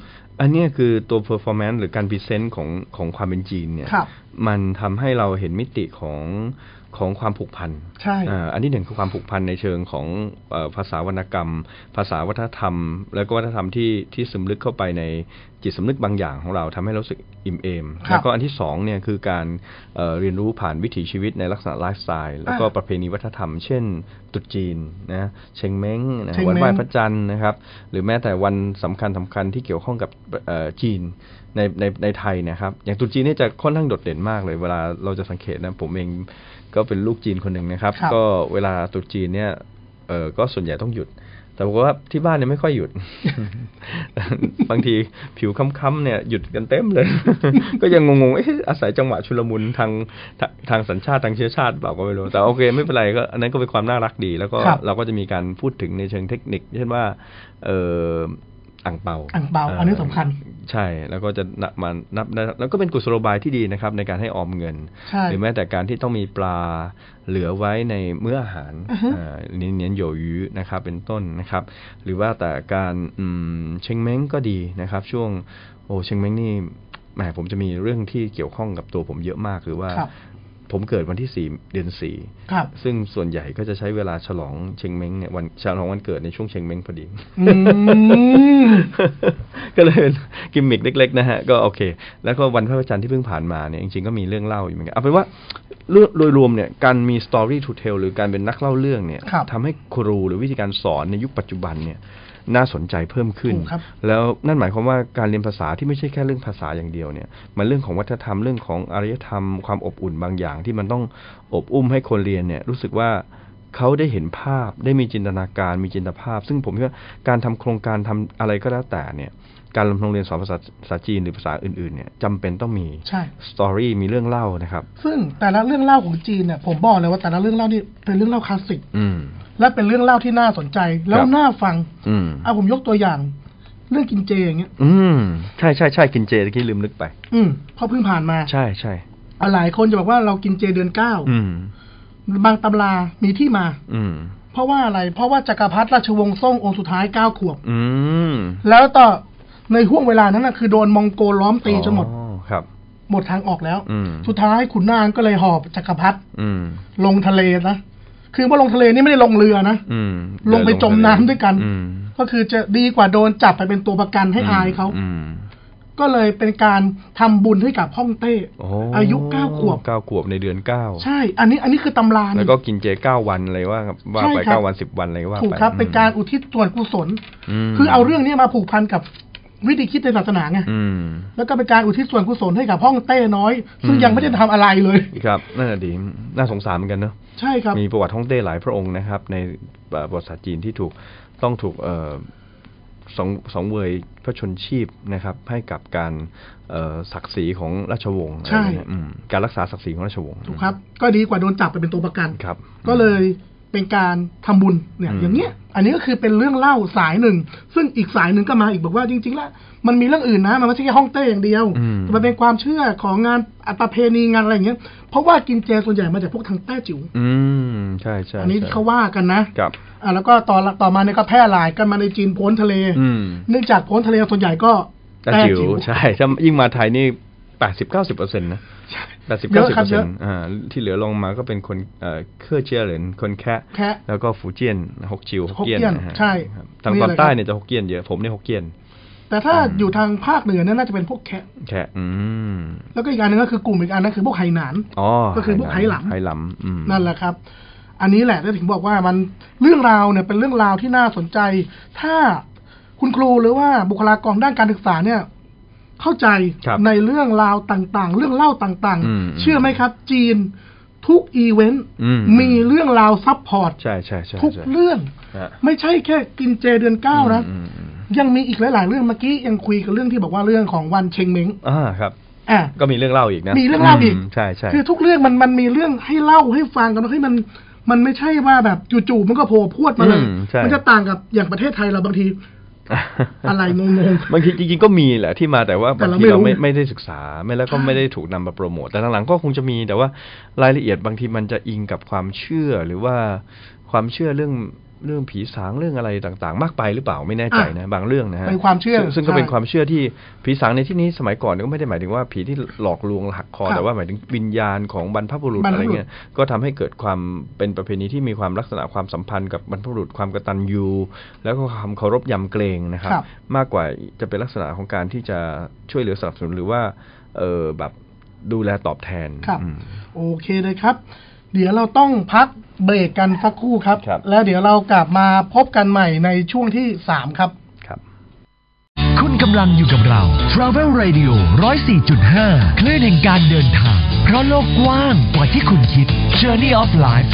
S3: อันเนี้ยคือตัว performance หรือการพรีเซนต์ของของความเป็นจีนเนี่ย
S2: ครับ
S3: มันทำให้เราเห็นมิติของของความผูกพัน
S2: ใช่
S3: อ่าอันที่หนึ่งคือความผูกพันในเชิงของเอ่อภาษาวรรณกรรม ภาษาวัฒนธรรม แล้วก็วัฒนธรรมที่ที่ซึมลึกเข้าไปในจิตสำนึกบางอย่างของเราทำให้เรารู้สึกอิ่มเอม
S2: ครับ
S3: แล้วก็อันที่สองเนี่ยคือการเอ่อเรียนรู้ผ่านวิถีชีวิตในลักษณะไลฟ์สไตล์แล้วก็
S2: อ่า
S3: ประเพณีวัฒนธรรม เช่นตรุษจีนนะเชงเม้งนะ
S2: เชง
S3: วัน
S2: เม้ง
S3: ไหว้พระจันทร์นะครับ หรือแม้แต่วันสำคัญสำคัญที่เกี่ยวข้องกับเอ่อจีนในในในไทยนะครับ อย่างตรุษจีนเนี่ยจะค่อนข้างโดดเด่นมากเลย เวลาเราจะสังเกตนะผมเองก็เป็นลูกจีนคนหนึ่งนะครับ
S2: ครับ
S3: ก็เวลาตรุษจีนเนี่ยเออก็ส่วนใหญ่ต้องหยุด แต่บอกฏว่าที่บ้านเนี่ยไม่ค่อยหยุ ด บางทีผิวค้ำๆเนี่ยหยุดกันเต็มเลย ก็ยังงงๆเอ๊ะอาศัยจังหวะชุลมุนทางทางทางสัญชาติทางเชื้อชาติเปล่าก็ไม่รู้แต่โอเคไม่เป็นไรก็อันนั้นก็เป็นความน่ารักดี แล้วก็
S2: ครับ
S3: เราก็จะมีการพูดถึงในเชิงเทคนิคเช่นว่าเอออ่างเปา
S2: อั่งเปาอันนี้สำคัญ
S3: ใช่แล้วก็จะนับมานับได้แล้วก็เป็นกุศโลบายที่ดีนะครับ ในการให้ออมเงิน
S2: ใช่
S3: หรือแม้แต่การที่ต้องมีปลาเหลือไว้ในมื้ออาหาร
S2: อือฮึ
S3: อ่าเนียนๆโยยื้อนะครับเป็นต้นนะครับ หรือว่าแต่การอืมเชงเม้งก็ดีนะครับ ช่วงโอ้เชงเม้งนี่แหมผมจะมีเรื่องที่เกี่ยวข้องกับตัวผมเยอะมากคือว่า
S2: ครับ
S3: ผมเกิดวันที่สี่เดือนสี่
S2: ครับ
S3: ซึ่งส่วนใหญ่ก็จะใช้เวลาฉลองเชงเม้งเนี่ยวันฉลองวันเกิดในช่วงเชงเม้งพอดี
S2: อืม
S3: ก็เลยเป็นกิมมิกเล็ก ๆ นะฮะ ก็โอเค แล้วก็วันพระจันทร์ที่เพิ่งผ่านมาเนี่ยจริงๆก็มีเรื่องเล่าอยู่เหมือนกันเอาเป็นว่าเรื่องโดยรวมเนี่ยการมี story to tell หรือการเป็นนักเล่าเรื่องเนี่ย
S2: ครับ
S3: ทำให้ครูหรือวิธีการสอนในยุคปัจจุบันเนี่ยน่าสนใจเพิ่มขึ้น
S2: ถูกครับ
S3: แล้วนั่นหมายความว่าการเรียนภาษาที่ไม่ใช่แค่เรื่องภาษาอย่างเดียวเนี่ยมันเรื่องของวัฒนธรรมเรื่องของอารยธรรมความอบอุ่นบางอย่าง ที่มันต้องอบอุ้มให้คนเรียนเนี่ยรู้สึกว่า เขาได้เห็นภาพได้มีจินตนาการมีจินตภาพ ซึ่งผมคิดว่าการทำโครงการทำอะไรก็แล้วแต่เนี่ย การโรงเรียนสอนภาษาภาษาจีนหรือภาษาอื่นๆเนี่ยจำเป็นต้องมี
S2: ใช่
S3: สตอรี่มีเรื่องเล่านะครับ
S2: ซึ่งแต่ละเรื่องเล่าของจีนเนี่ยผมบอกเลยว่าแต่ละเรื่องเล่านี่เป็นเรื่องเล่าคลาสสิก
S3: อืม
S2: และเป็นเรื่องเล่าที่น่าสนใจ แล้ว
S3: ครับ
S2: น่าฟัง
S3: อืม
S2: อ่ะผมยกตัวอย่าง เรื่องกินเจอย่างเงี้ย
S3: อืมใช่ใช่ใช่กินเจตะกี้ลืมนึกไป
S2: อืมเพราะเพิ่งผ่านมา
S3: ใช่ใช่
S2: อ่ะหลายคนจะบอกว่าเรากินเจเดือนเก้า
S3: อืม
S2: บางตำรามีที่มา
S3: อืม
S2: เพราะว่าอะไร เพราะว่าจักรพรรดิราชวงศ์ซ่งองค์สุดท้ายเก้าขวบ
S3: อืม
S2: แล้วต่อในห่วงเวลานั้นนะคือโดนมองโกลล้อมตีจนหมด
S3: อ๋อครับ
S2: หมดทางออกแล้ว
S3: อืม
S2: สุดท้ายขุนนางก็เลยหอบจักรพรรดิ
S3: อืม
S2: ลงทะเลนะ คือว่าลงทะเลนี่ไม่ได้ลงเรือนะ
S3: อืม
S2: ลงไปจมน้ำด้วยกัน
S3: อืม
S2: ก็คือจะดีกว่าโดนจับไปเป็นตัวประกันให้อายเขา
S3: อืม
S2: ก็เลยเป็นการทำบุญให้กับฮ่องเต้
S3: โอ้
S2: อายุเก้าขวบ
S3: เก้าขวบในเดือนเก้า
S2: ใช่ อันนี้อันนี้คือตำรานะ
S3: แล้วก็กินเจเก้าวันอะไรว่าครับว่าไป
S2: ใช่ครับ
S3: เก้าวันสิบวันอะไรว่าไป
S2: ถูกครับ
S3: อืม
S2: เป็นการอุทิศส่วนกุศล
S3: ม
S2: คือเอาเรื่องนี้มาผูกพันกับวิธีคิดในศาสนาไง
S3: อืม
S2: แล้วก็เป็นการอุทิศส่วนกุศลให้กับฮ่องเต้น้อย ซึ่ง
S3: อืม
S2: ยังไม่ได้ทำอะไรเลย
S3: ครับน่าดีน่าสงสารเหมือนกันเนอะ
S2: ใช่ครับ
S3: มีประวัติฮ่องเต้หลายพระองค์นะครับ ในเอ่อบทศาสตร์จีนที่ถูกต้องถูกเอ่อสองสองเวยพระชนชีพนะครับ ให้กับการเอ่อศักดิ์ศรีของราชวงศ์
S2: ใช่
S3: อะไรเนี่ยอืมการรักษาศักดิ์ศรีของราชวงศ์
S2: ถูกครับ ก็ดีกว่าโดนจับไปเป็นตัวประกัน
S3: ครับ
S2: ก็เลยเป็นการทำบุญเนี่ย
S3: อืม
S2: อย่างเนี้ย อันนี้ก็คือเป็นเรื่องเล่าสายหนึ่ง ซึ่งอีกสายหนึ่งก็มาอีกบอกว่าจริง ๆ แล้วมันมีเรื่องอื่นนะ มันไม่ใช่แค่ฮ่องเต้อย่างเดียว
S3: อืม
S2: แต่มันเป็นความเชื่อของงานอัตเพณีงานอะไรอย่างเงี้ย เพราะว่ากินเจส่วนใหญ่มาจากพวกทางแต้จิ๋ว
S3: อืมใช่ใช่
S2: อันนี้
S3: ใช่
S2: เขาว่ากันนะครับ อ่ะแล้วก็ต่อละต่อมาเนี่ยก็แพร่หลายกันมาในจีนพ้นทะเล
S3: อืม
S2: เนื่องจากพ้นทะเลส่วนใหญ่ก็
S3: แต้จิ๋วใช่ถ้ายิ่งมาไทยนี่แปดสิบเก้าสิบเปอร์เซ็นต์นะแปดสิบ
S2: เย
S3: เก้าสิบ
S2: อะครั
S3: เปอ
S2: เย
S3: บ ร์เซ็น
S2: อะ
S3: ต์อ่าที่เหลือลงมาก็เป็นคนเอ่อเครือเจียเหรินคนแค่
S2: แค่
S3: แล้วก็ฟูเจียนหกชิวฮกเกี้ยน
S2: ฮกเกี้ยน
S3: นะฮะ
S2: ใช่
S3: ครับทาง
S2: มี
S3: ต
S2: อะ
S3: อน
S2: ไร
S3: ใต้
S2: ครับ
S3: เนี่ยจะฮกเกี้ยนเยอะผมเนี่ยฮกเกี้ยน
S2: แต่ถ้า
S3: อืม
S2: อยู่ทางภาคเหนือเนี่ยน่าจะเป็นพวกแคะ
S3: แค่อืม
S2: แล้วก็อีกอันหนึงก็คือกลุ่มอีกอันนึงคือพวกไหหนาน
S3: อ๋อ
S2: ก็คือพวก
S3: ไห
S2: ไห
S3: ห
S2: ห
S3: ล
S2: ล
S3: ำอืม
S2: นั่นแหละครับ อันนี้แหละที่ถึงบอกว่ามันเรื่องราวเนี่ยเป็นเรื่องราวที่น่าสนใจ ถ้าคุณครูหรือว่าบุคลากรด้านการศึกษาเนี่ย เข้าใจ
S3: ครับ
S2: ในเรื่องราวต่างๆ เรื่องเล่าต่าง
S3: อืม
S2: เชื่อไหมครับ จีนทุกอีเวนต์
S3: อืม
S2: มีเรื่องราวซัพพอร์ต
S3: ใช่ใช่ใช่
S2: ทุก
S3: ใช่
S2: เรื่อง
S3: ฮะ
S2: ไม่ใช่แค่กินเจเดือนเก้านะ
S3: อืมอืมอืม
S2: ยังมีอีกหลาย ๆ เรื่องเมื่อกี้ยังคุยกับเรื่องที่บอกว่าเรื่องของวันเชงเม้ง
S3: อ่าครับ
S2: อ่ะ
S3: ก็มีเรื่องเล่าอีกนะ
S2: มีเรื่องเล่าอีก
S3: มใช่ใช่
S2: คือทุกเรื่องมันมันมีเรื่องให้เล่าให้ฟังกันว่าเฮ้ยมันมันไม่ใช่ว่าแบบจู่ๆมันก็โผล่พรวดมาเลย มันจะต่างกับอย่างประเทศไทยเราบางที อะไรงง
S3: บางทีจริงๆก็มีแหละที่มาแต่ว่า
S2: แต่
S3: บาง
S2: เรา
S3: ที
S2: ไม่
S3: เรา
S2: รู้
S3: ไม่ไม่ได้ศึกษาไม่แล้วก็
S2: ใช่
S3: ไม่ได้ถูกนำมาโปรโมทแต่หลังๆก็คงจะมีแต่ว่ารายละเอียดบางทีมันจะอิงกับความเชื่อหรือว่าความเชื่อเรื่องเรื่องผีสางเรื่องอะไรต่างๆ มากไปหรือเปล่าไม่แน่ใจนะบางเรื่องนะฮะ
S2: เป็นความเชื่อ
S3: ซึ่งซึ่งก็เป็นความเชื่อที่ผีสางในที่นี้สมัยก่อนก็ไม่ได้หมายถึงว่าผีที่หลอกลวงหักคอ
S2: ครับ
S3: แต่ว่าหมายถึงวิญญาณของบรรพบุรุษ
S2: บรร
S3: อะ
S2: พบุรุษ
S3: ไรเงี้ยก็ทำให้เกิดความเป็นประเพณีที่มีความลักษณะความสัมพันธ์กับบรรพบุรุษความกตัญญูแล้วก็ความเคารพยำเกรงนะครับ
S2: ครับ
S3: มากกว่าจะเป็นลักษณะของการที่จะช่วยเหลือสนับสนุนหรือว่าเออแบบดูแลตอบแทน
S2: ครับ
S3: อืม
S2: โอเคเลยครับ เดี๋ยวเราต้องพักเบรกกันสักครู่ครับ
S3: ครับ
S2: แล้วเดี๋ยวเรากลับมาพบกันใหม่ในช่วงที่สามครับ
S3: ครับ
S1: คุณกำลังอยู่กับเรา Travel Radio 104.5 คลื่นแห่งการเดินทาง เพราะโลกกว้างกว่าที่คุณคิด Journey of Life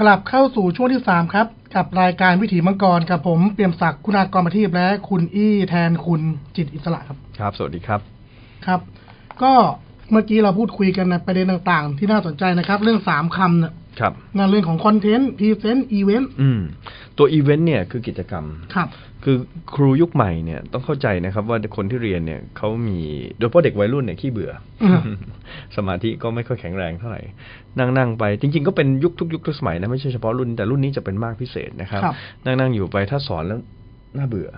S2: กลับเข้าสู่ช่วงที่ 3 ครับ กับรายการวิถีมังกรกับผมเปี่ยมศักดิ์คุณากรมาทีพและคุณอี้แทนคุณจิตอิสระครับ
S3: ครับ สวัสดีครับ
S2: ครับ ก็เมื่อกี้เราพูดคุยกันในประเด็นต่างๆ ที่น่าสนใจนะครับ เรื่อง 3คำเนี่ย
S3: ครับ
S2: งานเรื่องของคอนเทนต์พรีเซนต์อีเวนต์
S3: อืมตัวอีเวนต์เนี่ยคือกิจกรรม
S2: ครับ
S3: คือครูยุคใหม่เนี่ยต้องเข้าใจนะครับว่าคนที่เรียนเนี่ยเขามีโดยเฉพาะเด็กวัยรุ่นเนี่ยขี้เบื่อ
S2: อืม
S3: สมาธิก็ไม่ค่อยแข็งแรงเท่าไหร่ นั่งนั่งไป จริง ๆ ก็เป็นยุคทุกยุคทุกสมัยนะไม่ใช่เฉพาะรุ่นแต่รุ่นนี้จะเป็นมากพิเศษนะครับ
S2: ครับ
S3: นั่งนั่งอยู่ไปถ้าสอนแล้วน่าเบื่อ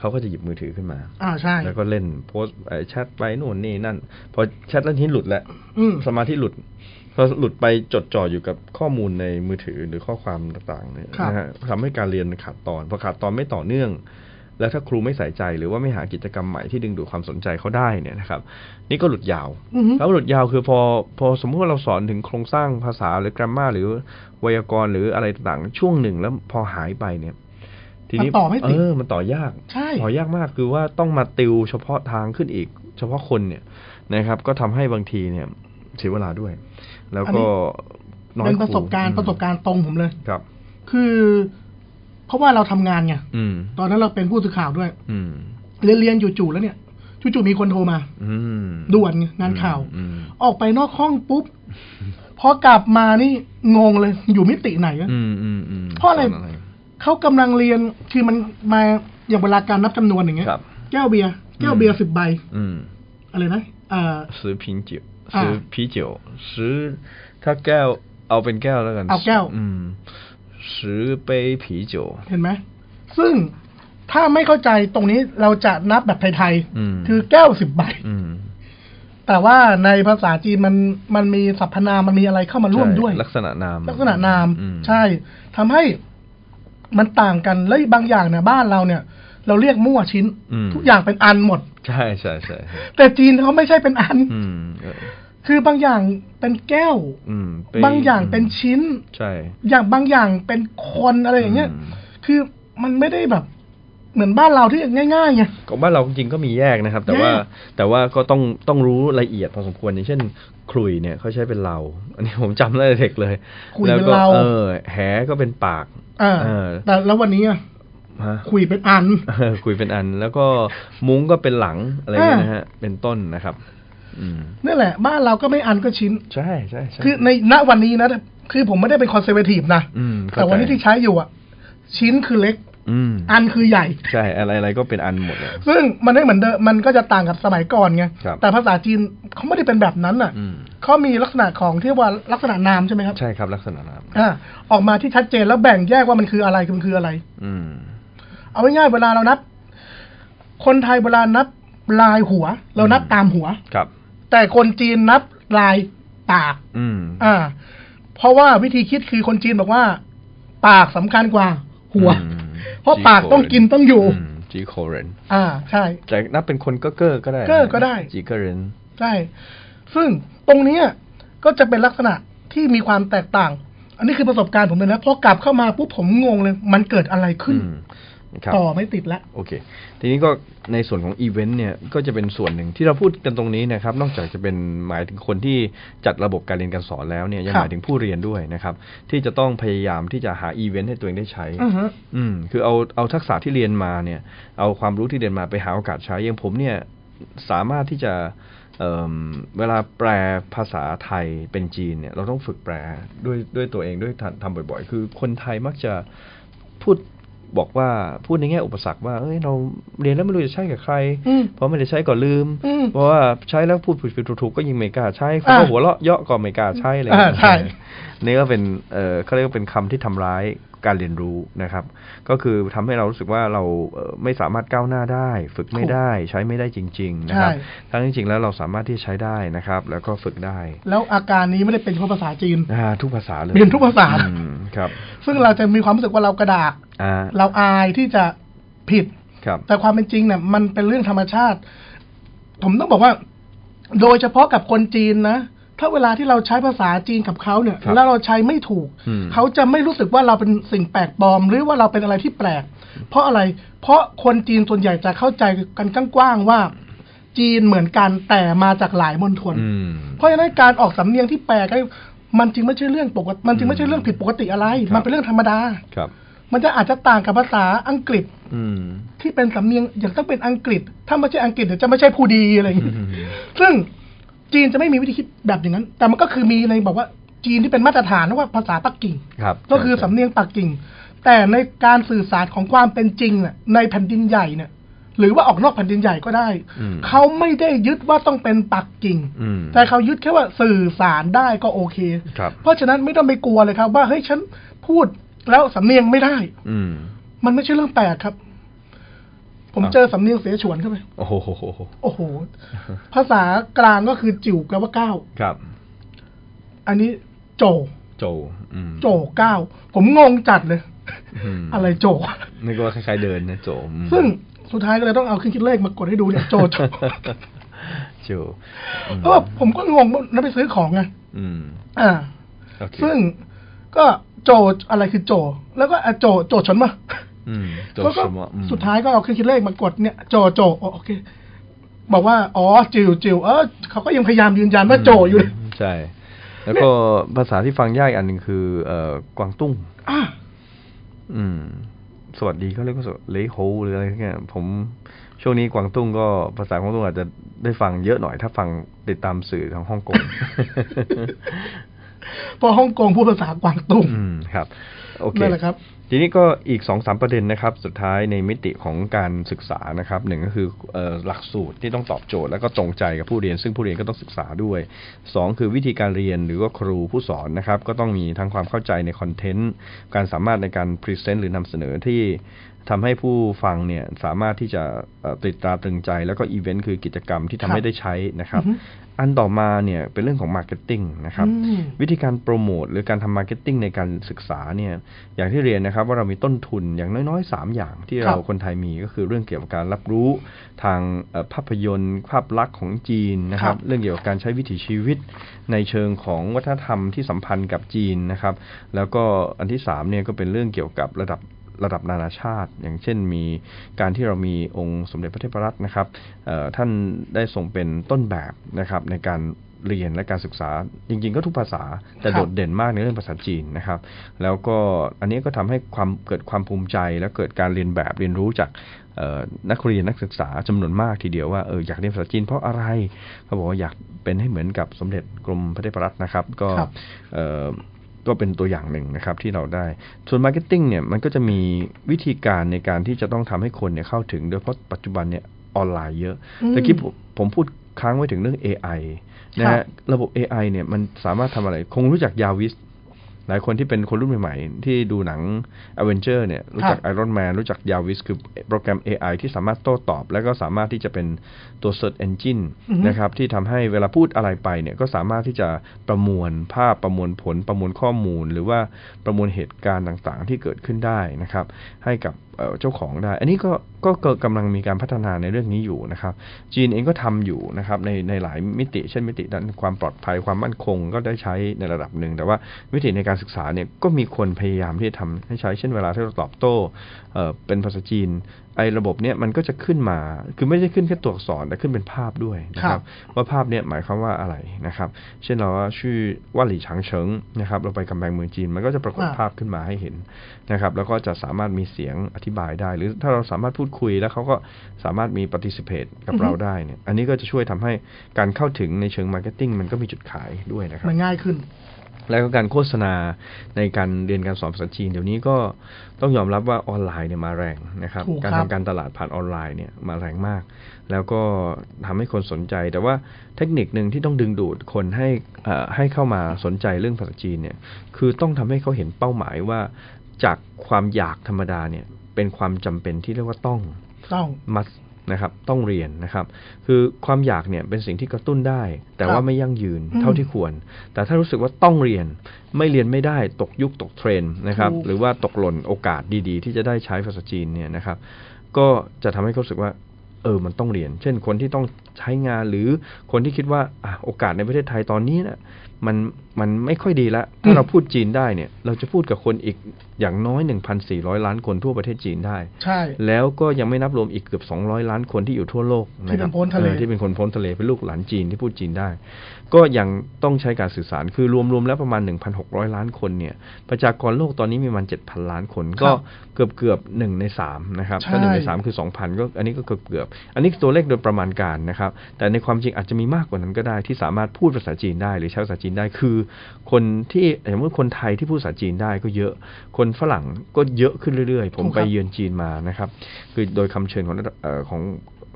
S3: เขาก็จะหยิบมือถือขึ้นมา
S2: อ่าใช่
S3: แล้วก็เล่นโพสต์ไอ้แชทไปนู่นนี่นั่น พอแชทแล้วทีนี้หลุดแล้ว
S2: อืม
S3: สมาธิหลุดพอหลุดไปจดจ่ออยู่กับข้อมูลในมือถือหรือข้อความต่างๆเนี่ย
S2: ครับ
S3: นะฮะทำให้การเรียนขาดตอนพอขาดตอนไม่ต่อเนื่อง แล้วถ้าครูไม่ใส่ใจหรือว่าไม่หากิจกรรมใหม่ที่ดึงดูดความสนใจเขาได้เนี่ยนะครับ นี่ก็หลุดยาว
S2: อือฮึ
S3: แล้วหลุดยาวคือพอพอสมมติว่าเราสอนถึงโครงสร้างภาษาหรือ grammar หรือไวยากรณ์หรืออะไรต่างๆช่วงหนึ่งแล้วพอหายไปเนี่ย ทีนี้
S2: มันต่อไม่ติด
S3: เออมันต่อยาก
S2: ใช่
S3: ขอยากมากคือว่าต้องมาติวเฉพาะทางขึ้นอีก เฉพาะคนเนี่ยนะครับ ก็ทำให้บางทีเนี่ยเสียเวลาด้วย แล้วก็น้อย
S2: เป็นประสบการ
S3: ค
S2: ณ์ประสบการณ์ตรงผมเลย
S3: ครับ
S2: คือ เพราะว่าเราทำงานไง
S3: อืม
S2: ตอนนั้นเราเป็นผู้สื่อข่าวด้วย
S3: อืม
S2: เรียนเรียนอยู่จู่ๆแล้วเนี่ยจู่ๆมีคนโทรมา
S3: อืม
S2: ด่วนไงงานข่าว
S3: อืม
S2: ออกไปนอกห้องปุ๊บ พอกลับมานี่งงเลยอยู่มิติไหนอะ
S3: อืมอืมอืม
S2: เพราะอะไร
S3: สน
S2: เขากำลังเรียนคือมันมาอย่างเวลาการนับจำนวนอย่างเงี้ย
S3: ครับ
S2: แก้วเบียร์แก้ว
S3: อืม
S2: เบียร์สิบใบ
S3: อืม
S2: อะไรนะอ่า
S3: ซื้อพิงจิ๋ว
S2: อ่า
S3: ซื้อ啤酒ซื้อถ้าแก้วเอาเป็นแก้วแล้วกัน
S2: เอาแก้ว
S3: อืมซื้อเปย์啤酒
S2: เห็นไหมซึ่งถ้าไม่เข้าใจตรงนี้เราจะนับแบบไทย
S3: อืม
S2: ๆคือแก้วสิบใบ
S3: อืม
S2: แต่ว่าในภาษาจีนมันมันมีสรรพนามมันมีอะไรเข้ามาร่วมด้วย
S3: ใช่ลักษณะนาม
S2: ลักษณะนาม
S3: อื
S2: ใช่ทำให้มันต่างกันและบางอย่างเนี่ยบ้านเราเนี่ย เราเรียกมั่วชิ้น
S3: ม
S2: ทุกอย่างเป็นอันหมด
S3: ใช่ใช่ใช่ใช่
S2: แต่จีนเขาไม่ใช่เป็นอัน
S3: อืมเออ
S2: คือบางอย่างเป็นแก้ว
S3: อืมเป
S2: บางอย่างเป็นชิ้น
S3: ใช่
S2: อย่างบางอย่างเป็นคนอะไรอย่างเงี้ย
S3: อืม
S2: คือมันไม่ได้แบบ เหมือนบ้านเราที่ง่ายๆไง
S3: ของบ้านเราจริงๆก็มีแยกนะครับ แต่
S2: แยก
S3: ว่าแต่ว่าก็ต้องต้องรู้ละเอียดพอสมควรอย่างเช่นคลุยเนี่ยเขาใช้เป็นเรา อันนี้ผมจำได้แต่เด็กเลย
S2: ขลุย
S3: แล้ว
S2: เป็น
S3: ก็
S2: เรา
S3: เออแหก็เป็นปาก
S2: อ่า
S3: เออ
S2: แต่แล้ววันนี้อะ
S3: ฮะ
S2: คุยเป็นอัน
S3: เออคุยเป็นอันแล้วก็มุ้งก็เป็นหลังอะไรอย่างเงี้ย
S2: อ่าน
S3: นะฮะเป็นต้นนะครับ อืม
S2: นี่นแหละ บ้านเราก็ไม่อันก็ชิ้น
S3: ใช่ใช่ใช่
S2: คือในณวันนี้นะ คือผมไม่ได้เป็นคอนเซอร์เวทีฟนะ
S3: อืมเข้าใจ
S2: แต่วันนี้ที่ใช้อยู่อ่ะ ชิ้นคือเล็ก
S3: อืม
S2: อันคือใหญ่
S3: ใช่อะไรอะไรก็เป็นอันหมดเลย
S2: ซึ่งมันไม่เหมือนเดิมมันก็จะต่างกับสมัยก่อนไง
S3: ครับ
S2: แต่ภาษาจีนเขาไม่ได้เป็นแบบนั้นอ่ะ
S3: อืม
S2: เขามีลักษณะของที่ว่าลักษณะนามใช่ไหมครับ
S3: ใช่ครับลักษณะนั้น
S2: อ่าออกมาที่ชัดเจนแล้วแบ่งแยกว่ามันคืออะไรคือมันคืออะไร
S3: อืม
S2: เอาง่ายๆเวลาเรานับ คนไทยโบราณนับลายหัว เรานับ
S3: อืม
S2: ตามหัว
S3: ครับ
S2: แต่คนจีนนับลายปาก
S3: อืม
S2: อ่า เพราะว่าวิธีคิดคือคนจีนบอกว่า ปากสำคัญกว่า หัว
S3: อืม
S2: เพราะปากต้องกินต้องอยู่
S3: มจีโคเรน
S2: อ่า ใช่
S3: แต่นับเป็นคนก็เกอร์ก็ได้
S2: เก้อก็ได้
S3: จีเกอเรน
S2: ใช่ ซึ่งตรงเนี้ยก็จะเป็นลักษณะที่มีความแตกต่าง อันนี้คือประสบการณ์ผมเลยนะพอกลับเข้ามาปุ๊บผมงงเลย มันเกิดอะไรขึ้น
S3: อืมครับ
S2: ต่อไม่ติดละ
S3: โอเค ทีนี้ก็ในส่วนของอีเวนต์เนี่ยก็จะเป็นส่วนหนึ่งที่เราพูดกันตรงนี้นะครับ นอกจากจะเป็นหมายถึงคนที่จัดระบบการเรียนการสอนแล้วเนี่ยยังหมายถึงผู้เรียนด้วยนะครับ ที่จะต้องพยายามที่จะหาอีเวนต์ให้ตัวเองได้ใช้
S2: อือฮึ
S3: อืมคือเอาเอาทักษะที่เรียนมาเนี่ย เอาความรู้ที่เรียนมาไปหาโอกาสใช้อย่างผมเนี่ยสามารถที่จะเอิ่มเวลาแปลภาษาไทยเป็นจีนเนี่ย เราต้องฝึกแปลด้วยด้วยตัวเองด้วยทำทำบ่อยๆ คือคนไทยมักจะพูดบอกว่าพูดในแง่อุปสรรคว่าเอ้ยเราเรียนแล้วไม่รู้จะใช้กับใคร
S2: อืม
S3: เพราะไม่ได้ใช้ก็ลืม
S2: อืม
S3: เพราะว่าใช้แล้วพูดผิดๆถูกๆก็ยิงไม่กล้าใช้เพราะ
S2: อ่า
S3: ว่าหัวเราะเยาะก็ไม่กล้าใช้อะไรอย่างเลย
S2: อ่าใช่
S3: นี่ก็เป็นเอ่อเขาเรียกว่าเป็นคำที่ทำร้ายการเรียนรู้นะครับ ก็คือทำให้เรารู้สึกว่าเราเอ่อไม่สามารถก้าวหน้าได้ ฝึกไม่ได้ ใช้ไม่ได้จริง ๆ นะครับ
S2: ใช่
S3: ทั้งจริงๆแล้วเราสามารถที่ใช้ได้นะครับ แล้วก็ฝึกได้
S2: แล้วอาการนี้ไม่ได้เป็นเฉพาะภาษาจีน
S3: อ่าทุกภาษาเลย
S2: เป็นทุกภาษา
S3: อืมครับ
S2: ซึ่งเราจะมีความรู้สึกว่าเรากระดาก
S3: อ่า
S2: เราอายที่จะผิด
S3: ครับ
S2: แต่ความเป็นจริงเนี่ยมันเป็นเรื่องธรรมชาติ ผมต้องบอกว่า โดยเฉพาะกับคนจีนนะ ถ้าเวลาที่เราใช้ภาษาจีนกับเขาเนี่ย แล้วเราใช้ไม่ถูก
S3: อืม
S2: เขาจะไม่รู้สึกว่าเราเป็นสิ่งแปลกปลอม หรือว่าเราเป็นอะไรที่แปลก เพราะอะไร เพราะคนจีนส่วนใหญ่จะเข้าใจกันกว้างๆว่า จีนเหมือนกันแต่มาจากหลายมณฑล
S3: อืม
S2: เพราะฉะนั้นการออกสำเนียงที่แปลกอะไรมันจึงไม่ใช่เรื่องปกติมันจึงไม่ใช่เรื่องผิดปกติอะไร
S3: ครับ
S2: มันเป็นเรื่องธรรมดา
S3: ครับ
S2: มันจะอาจจะต่างกับภาษาอังกฤษ
S3: อืม
S2: ที่เป็นสำเนียงอย่างต้องเป็นอังกฤษ ถ้าไม่ใช่อังกฤษเดี๋ยวจะไม่ใช่ผู้ดีอะไรอย่างนี้
S3: อืม
S2: ซึ่งจีนจะไม่มีวิธีคิดแบบอย่างนั้น แต่มันก็คือมีในบอกว่าจีนที่เป็นมาตรฐานว่าภาษาปักกิ่ง
S3: ครับ
S2: ก็คือสำเนียงปักกิ่ง แต่ในการสื่อสารของความเป็นจริงน่ะในแผ่นดินใหญ่เนี่ยหรือว่าออกนอกแผ่นดินใหญ่ก็ได้
S3: อืม
S2: เขาไม่ได้ยึดว่าต้องเป็นปักกิ่ง
S3: อืม
S2: แต่เขายึดแค่ว่าสื่อสารได้ก็โอเค
S3: ครับ
S2: เพราะฉะนั้นไม่ต้องไปกลัวเลยครับ ว่าเฮ้ยฉันพูดแล้วสำเนียงไม่ได้
S3: อืม
S2: มันไม่ใช่เรื่องแปลกครับ ผม
S3: อ่ะ
S2: เจอสำเนียงเสฉวนเข้าไป
S3: โอ้โห
S2: โอ้โห ภาษากลางก็คือจิ๋วแปลว่าเก้า
S3: ครับ
S2: อันนี้โจ
S3: โจอืม
S2: โจเก้า ผมงงจัดเลย
S3: ม
S2: อะไรโจ
S3: นึกว่าคล้ายๆเดินนะโจอืม
S2: ซึ่งสุดท้ายก็เลยต้องเอาเครื่องคิดเลขมากดให้ดูเนี่ยโจโจ
S3: จูอืม
S2: เพราะว่าผมก็งงว่านั้นไปซื้อของไง
S3: อืม
S2: อ่า
S3: โอเค
S2: ซึ่งก็โจอะไรคือโจ แล้วก็อ่ะโจโจชนมา
S3: อืมโจ
S2: แล้วก็
S3: สมะอืม
S2: สุดท้ายก็เอาเครื่องคิดเลขมากดเนี่ยโจโจอ๋อโอเค บอกว่า อ๋อ จิวจิวเออเขาก็ยังพยายามยืนยันว่าโจอยู่เลย
S3: ใช่ แล้วก็ภาษาที่ฟังยากอีกอันหนึ่งคือ เอ่อกวางตุ้ง
S2: อ่ะ
S3: อืม สวัสดีเขาเรียกว่าสวัสดีเลโฮหรืออะไรเงี้ยผมช่วงนี้กวางตุ้งก็ภาษากวางตุ้ง อาจจะได้ฟังเยอะหน่อยถ้าฟังติดตามสื่อทางฮ่องกง
S2: เพราะฮ่องกงพูดภาษากวางตุ้ง
S3: อืมครับ โอเค
S2: นั่นแหละครับ
S3: ทีนี้ก็อีกสองสามประเด็นนะครับ สุดท้ายในมิติของการศึกษานะครับหนึ่งก็คือเอ่อหลักสูตรที่ต้องตอบโจทย์ แล้วก็ตรงใจกับผู้เรียน ซึ่งผู้เรียนก็ต้องศึกษาด้วยสองคือวิธีการเรียนหรือว่าครูผู้สอนนะครับ ก็ต้องมีทั้งความเข้าใจในคอนเทนต์ การสามารถในการพรีเซนต์หรือนำเสนอที่ทำให้ผู้ฟังเนี่ยสามารถที่จะเอ่อติดตาตรึงใจ แล้วก็อีเวนต์คือกิจกรรมที่ทำให้ได้ใช้นะครับ
S2: อือฮึ
S3: อันต่อมาเนี่ยเป็นเรื่องของมาร์เก็ตติ้งนะครับ
S2: อืม
S3: วิธีการโปรโมทหรือการทำมาร์เก็ตติ้งในการศึกษาเนี่ยอย่างที่เรียนนะครับว่าเรามีต้นทุนอย่างน้อยๆ 3 อย่างที่
S2: ครับ
S3: เราคนไทยมีก็คือเรื่องเกี่ยวกับการรับรู้ทางเอ่อภาพยนตร์ ภาพลักษณ์ของจีนนะค
S2: ค
S3: รั
S2: รับ บ
S3: เรื่องเกี่ยวกับการใช้วิถีชีวิตในเชิงของวัฒนธรรมที่สัมพันธ์กับจีนนะครับ แล้วก็อันที่สามเนี่ยก็เป็นเรื่องเกี่ยวกับระดับระดับนานาชาติ อย่างเช่นมีการที่เรามีองค์สมเด็จพระเทพรัตนนะครับเอ่อท่านได้ทรงเป็นต้นแบบนะครับในการเรียนและการศึกษาจริง ๆ ก็ทุกภาษา แต่
S2: ครับ
S3: โดดเด่นมากในเรื่องภาษาจีนนะครับ แล้วก็อันนี้ก็ทำให้ความเกิดความภูมิใจและเกิดการเรียนแบบเรียนรู้จากเอ่อนักเรียนนักศึกษาจำนวนมากทีเดียวว่าเอออยากเรียนภาษาจีนเพราะอะไรเขาบอกว่าอยากเป็นให้เหมือนกับสมเด็จกรมพระเทพรัตน์นะครับ ก็
S2: ครับ
S3: เอ่อก็เป็นตัวอย่างหนึ่งนะครับที่เราได้ ส่วนมาร์เก็ตติ้งเนี่ยมันก็จะมีวิธีการในการที่จะต้องทำให้คนเนี่ยเข้าถึงโดวยเพราะปัจจุบันเนี่ยออนไลน์เยอะ
S2: อืม
S3: ตะกี้ผมผมพูดค้างไว้ถึงเรื่อง AI นะ
S2: ครั
S3: ฮะ
S2: บ
S3: ระบบ AI เนี่ยมันสามารถทำอะไร คงรู้จักยาวิส หลายคนที่เป็นคนรุ่นใหม่ๆ ที่ดูหนัง a v e n g e r เนี่ยรู้จัก Iron Man รู้จัก Jarvis คือโปรแกรม AI ที่สามารถโต้ตอบ แล้วก็สามารถที่จะเป็นตัว Search Engine
S2: อือฮึ
S3: นะครับที่ทำให้เวลาพูดอะไรไปเนี่ยก็สามารถที่จะประมวลภาพประมวลผล ประมวลข้อมูล หรือว่าประมวลเหตุการณ์ต่างๆ ที่เกิดขึ้นได้นะครับ ให้กับเอ่อเจ้าของได้ อันนี้ก็ก็ก็กำลังมีการพัฒนาในเรื่องนี้อยู่นะครับ จีนเองก็ทำอยู่นะครับในในหลายมิติ เช่นมิติด้านความปลอดภัยความมั่นคงก็ได้ใช้ในระดับหนึ่ง แต่ว่ามิติในการศึกษาเนี่ยก็มีคนพยายามที่จะทำให้ใช้เช่นเวลาที่เราตอบโต้เอ่อเป็นภาษาจีน ไอ้ระบบเนี่ยมันก็จะขึ้นมา คือไม่ได้ขึ้นแค่ตัวอักษรแต่ขึ้นเป็นภาพด้วยนะค
S2: ครั
S3: รับ
S2: บ
S3: ว่าภาพเนี่ยหมายความว่าอะไรนะครับ เช่นเราว่าชื่อว่าหลี่ฉางเฉิงนะครับเราไปกำแพงเมืองจีนมันก็จะปรากฏ
S2: อ่า
S3: ภาพขึ้นมาให้เห็นนะครับ แล้วก็จะสามารถมีเสียงอธิบายได้ หรือถ้าเราสามารถพูดคุยแล้วเขาก็สามารถมี participate กับเราได้เนี่ยอันนี้ก็จะช่วยทำให้การเข้าถึงในเชิง marketing มันก็มีจุดขายด้วยนะครับ
S2: มันง่ายขึ้น
S3: แล้วก็การโฆษณาในการเรียนการสอนภาษาจีนเดี๋ยวนี้ก็ต้องยอมรับว่าออนไลน์เนี่ยมาแรงนะครับ
S2: ถูกครับ
S3: การทำการตลาดผ่านออนไลน์เนี่ยมาแรงมาก แล้วก็ทำให้คนสนใจ แต่ว่าเทคนิคหนึ่งที่ต้องดึงดูดคนให้เอ่อให้เข้ามาสนใจเรื่องภาษาจีนเนี่ยคือต้องทำให้เขาเห็นเป้าหมายว่าจากความอยากธรรมดาเนี่ยเป็นความจำเป็นที่เรียกว่าต้อง
S2: ต้อง
S3: มัสนะครับต้องเรียนนะครับ คือความอยากเนี่ยเป็นสิ่งที่กระตุ้นได้ แต่
S2: ค
S3: ว่า
S2: รับ
S3: ไม่ยั่งยืน
S2: อืม
S3: เท่าที่ควร แต่ถ้ารู้สึกว่าต้องเรียน ไม่เรียนไม่ได้ตกยุคตกเทรนด์นะครับ
S2: ถูก
S3: หรือว่าตกหล่นโอกาสดีๆ ที่จะได้ใช้ภาษาจีนเนี่ยนะครับ ก็จะทำให้เขารู้สึกว่า เออมันต้องเรียน เช่นคนที่ต้องใช้งานหรือคนที่คิดว่าอ่ะโอกาสในประเทศไทยตอนนี้นะมันมันไม่ค่อยดีละถ้าเราพูดจีนได้เนี่ย เราจะพูดกับคนอีกอย่างน้อย1,400 ล้านคนทั่วประเทศจีนได้
S2: ใช่
S3: แล้วก็ยังไม่นับรวมอีกเกือบ 200 ล้านคนที่อยู่ทั่วโลกะครับ
S2: ที่เป็นพ้นทะเล
S3: ออที่เป็นคนพ้นทะเล เป็นลูกหลานจีนที่พูดจีนได้ ก็ยังต้องใช้การสื่อสาร คือรวมๆแล้วประมาณ 1,600 ล้านคนเนี่ย ประชากรโลกตอนนี้มีประมาณ 7,000 ล้านคน ก็เกือบเกือบหนึ่งในสามนะครับ
S2: ใช่
S3: ถ้าหนึ่งในสามคือ 2,000 ก็อันนี้ก็เกือบเกือบๆอันนี้คือตัวเลขโดยประมาณการนะครับ แต่ในความจริงอาจจะมีมากกว่านั้นก็ได้ที่สามารถพูดภาษาจีนได้หรือใช้ภาษาจีนได้ คือ คนที่สมมติคนไทยที่พูดภาษาจีนได้ก็เยอะ คนฝรั่งก็เยอะขึ้นเรื่อยๆ ผมไปเยือนจีนมานะครับ คือโดยคำเชิญของรัฐเอ่อของ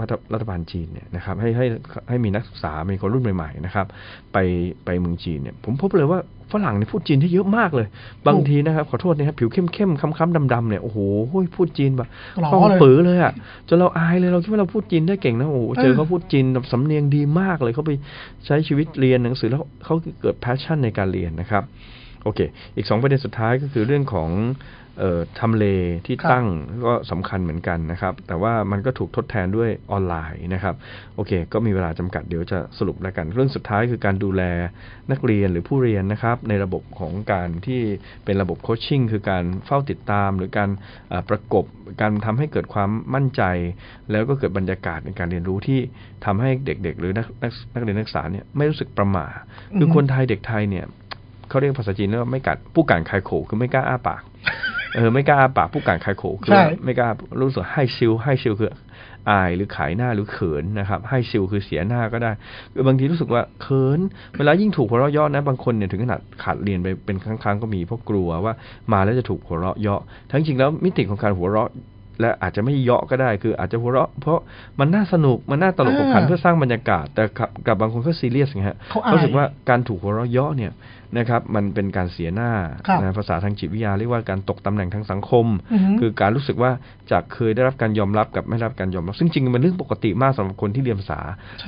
S3: รัฐรัฐบาลจีนเนี่ยนะครับให้ให้ให้มีนักศึกษามีคนรุ่นใหม่ๆนะครับไปไปเมืองจีนเนี่ยผมพบเลยว่าฝรั่งเนี่ยพูดจีนที่เยอะมากเลย บางทีนะครับขอโทษนะครับผิวเข้มๆค้ำๆดำๆเนี่ยโอ้โหพูดจีนแบบ
S2: หล่อ
S3: คล่อง
S2: เลย
S3: ปือเลยอ่ะจนเราอายเลยเราคิดว่าเราพูดจีนได้เก่งนะโอ้โหเจอ
S2: เออ
S3: เขาพูดจีนแบบสำเนียงดีมากเลยเขาไปใช้ชีวิตเรียนหนังสือแล้วเขาเกิด passion ในการเรียนนะครับ โอเค อีกสองประเด็นสุดท้ายก็คือเรื่องของเอ่อทำเลที่
S2: ครับ
S3: ตั้งก็สำคัญเหมือนกันนะครับ แต่ว่ามันก็ถูกทดแทนด้วยออนไลน์นะครับ โอเค ก็มีเวลาจำกัดเดี๋ยวจะสรุปแล้วกัน เรื่องสุดท้ายคือการดูแลนักเรียนหรือผู้เรียนนะครับ ในระบบของการที่เป็นระบบโคชชิ่งคือการเฝ้าติดตาม หรือการเอ่อประกบการทำให้เกิดความมั่นใจ แล้วก็เกิดบรรยากาศในการเรียนรู้ที่ทำให้เด็ก ๆ หรือนักนักนักเรียนนักศึกษาเนี่ยไม่รู้สึกประหม่าคือ
S2: ม
S3: คนไทยเด็กไทยเนี่ย เขาเรียกภาษาจีนเรียกว่าไม่กัดผู้กัดคายโขคือไม่กล้าอ้าปาก เออไม่กล้าอ้าปากผู้การคายโขคื
S2: ใช่
S3: ว่าไม่กล้ารู้สึกให้ซิลให้ซิลคืออายหรือขายหน้าหรือเขินนะครับ ให้ซิลคือเสียหน้าก็ได้คือบางทีรู้สึกว่าเขิน เวลายิ่งถูกหัวเราะเยาะนะบางคนเนี่ยถึงขนาดขาดเรียนไปเป็นครั้งๆก็มีเพราะกลัวว่ามาแล้วจะถูกหัวเราะเยาะทั้งจริงแล้วมิติของการหัวเราะ และอาจจะไม่เยาะก็ได้คืออาจจะหัวเราะ เพราะมันน่าสนุกมันน่าตลกขบขัน
S2: อ่า
S3: เพื่อสร้างบรรยากาศแต่กับกับบางคนก็ซีเรียสไงฮะ
S2: เขาอาย
S3: รู้สึกว่าการถูกหัวเราะเยาะเนี่ยนะครับ มันเป็นการเสียหน้า
S2: ครับ
S3: นะภาษาทางจิตวิทยาเรียกว่าการตกตำแหน่งทางสังคม
S2: อือหือ
S3: คือการรู้สึกว่าจากเคยได้รับการยอมรับกับไม่ได้รับการยอมรับ ซึ่งจริงๆมันเรื่องปกติมากสำหรับคนที่เรียนภาษา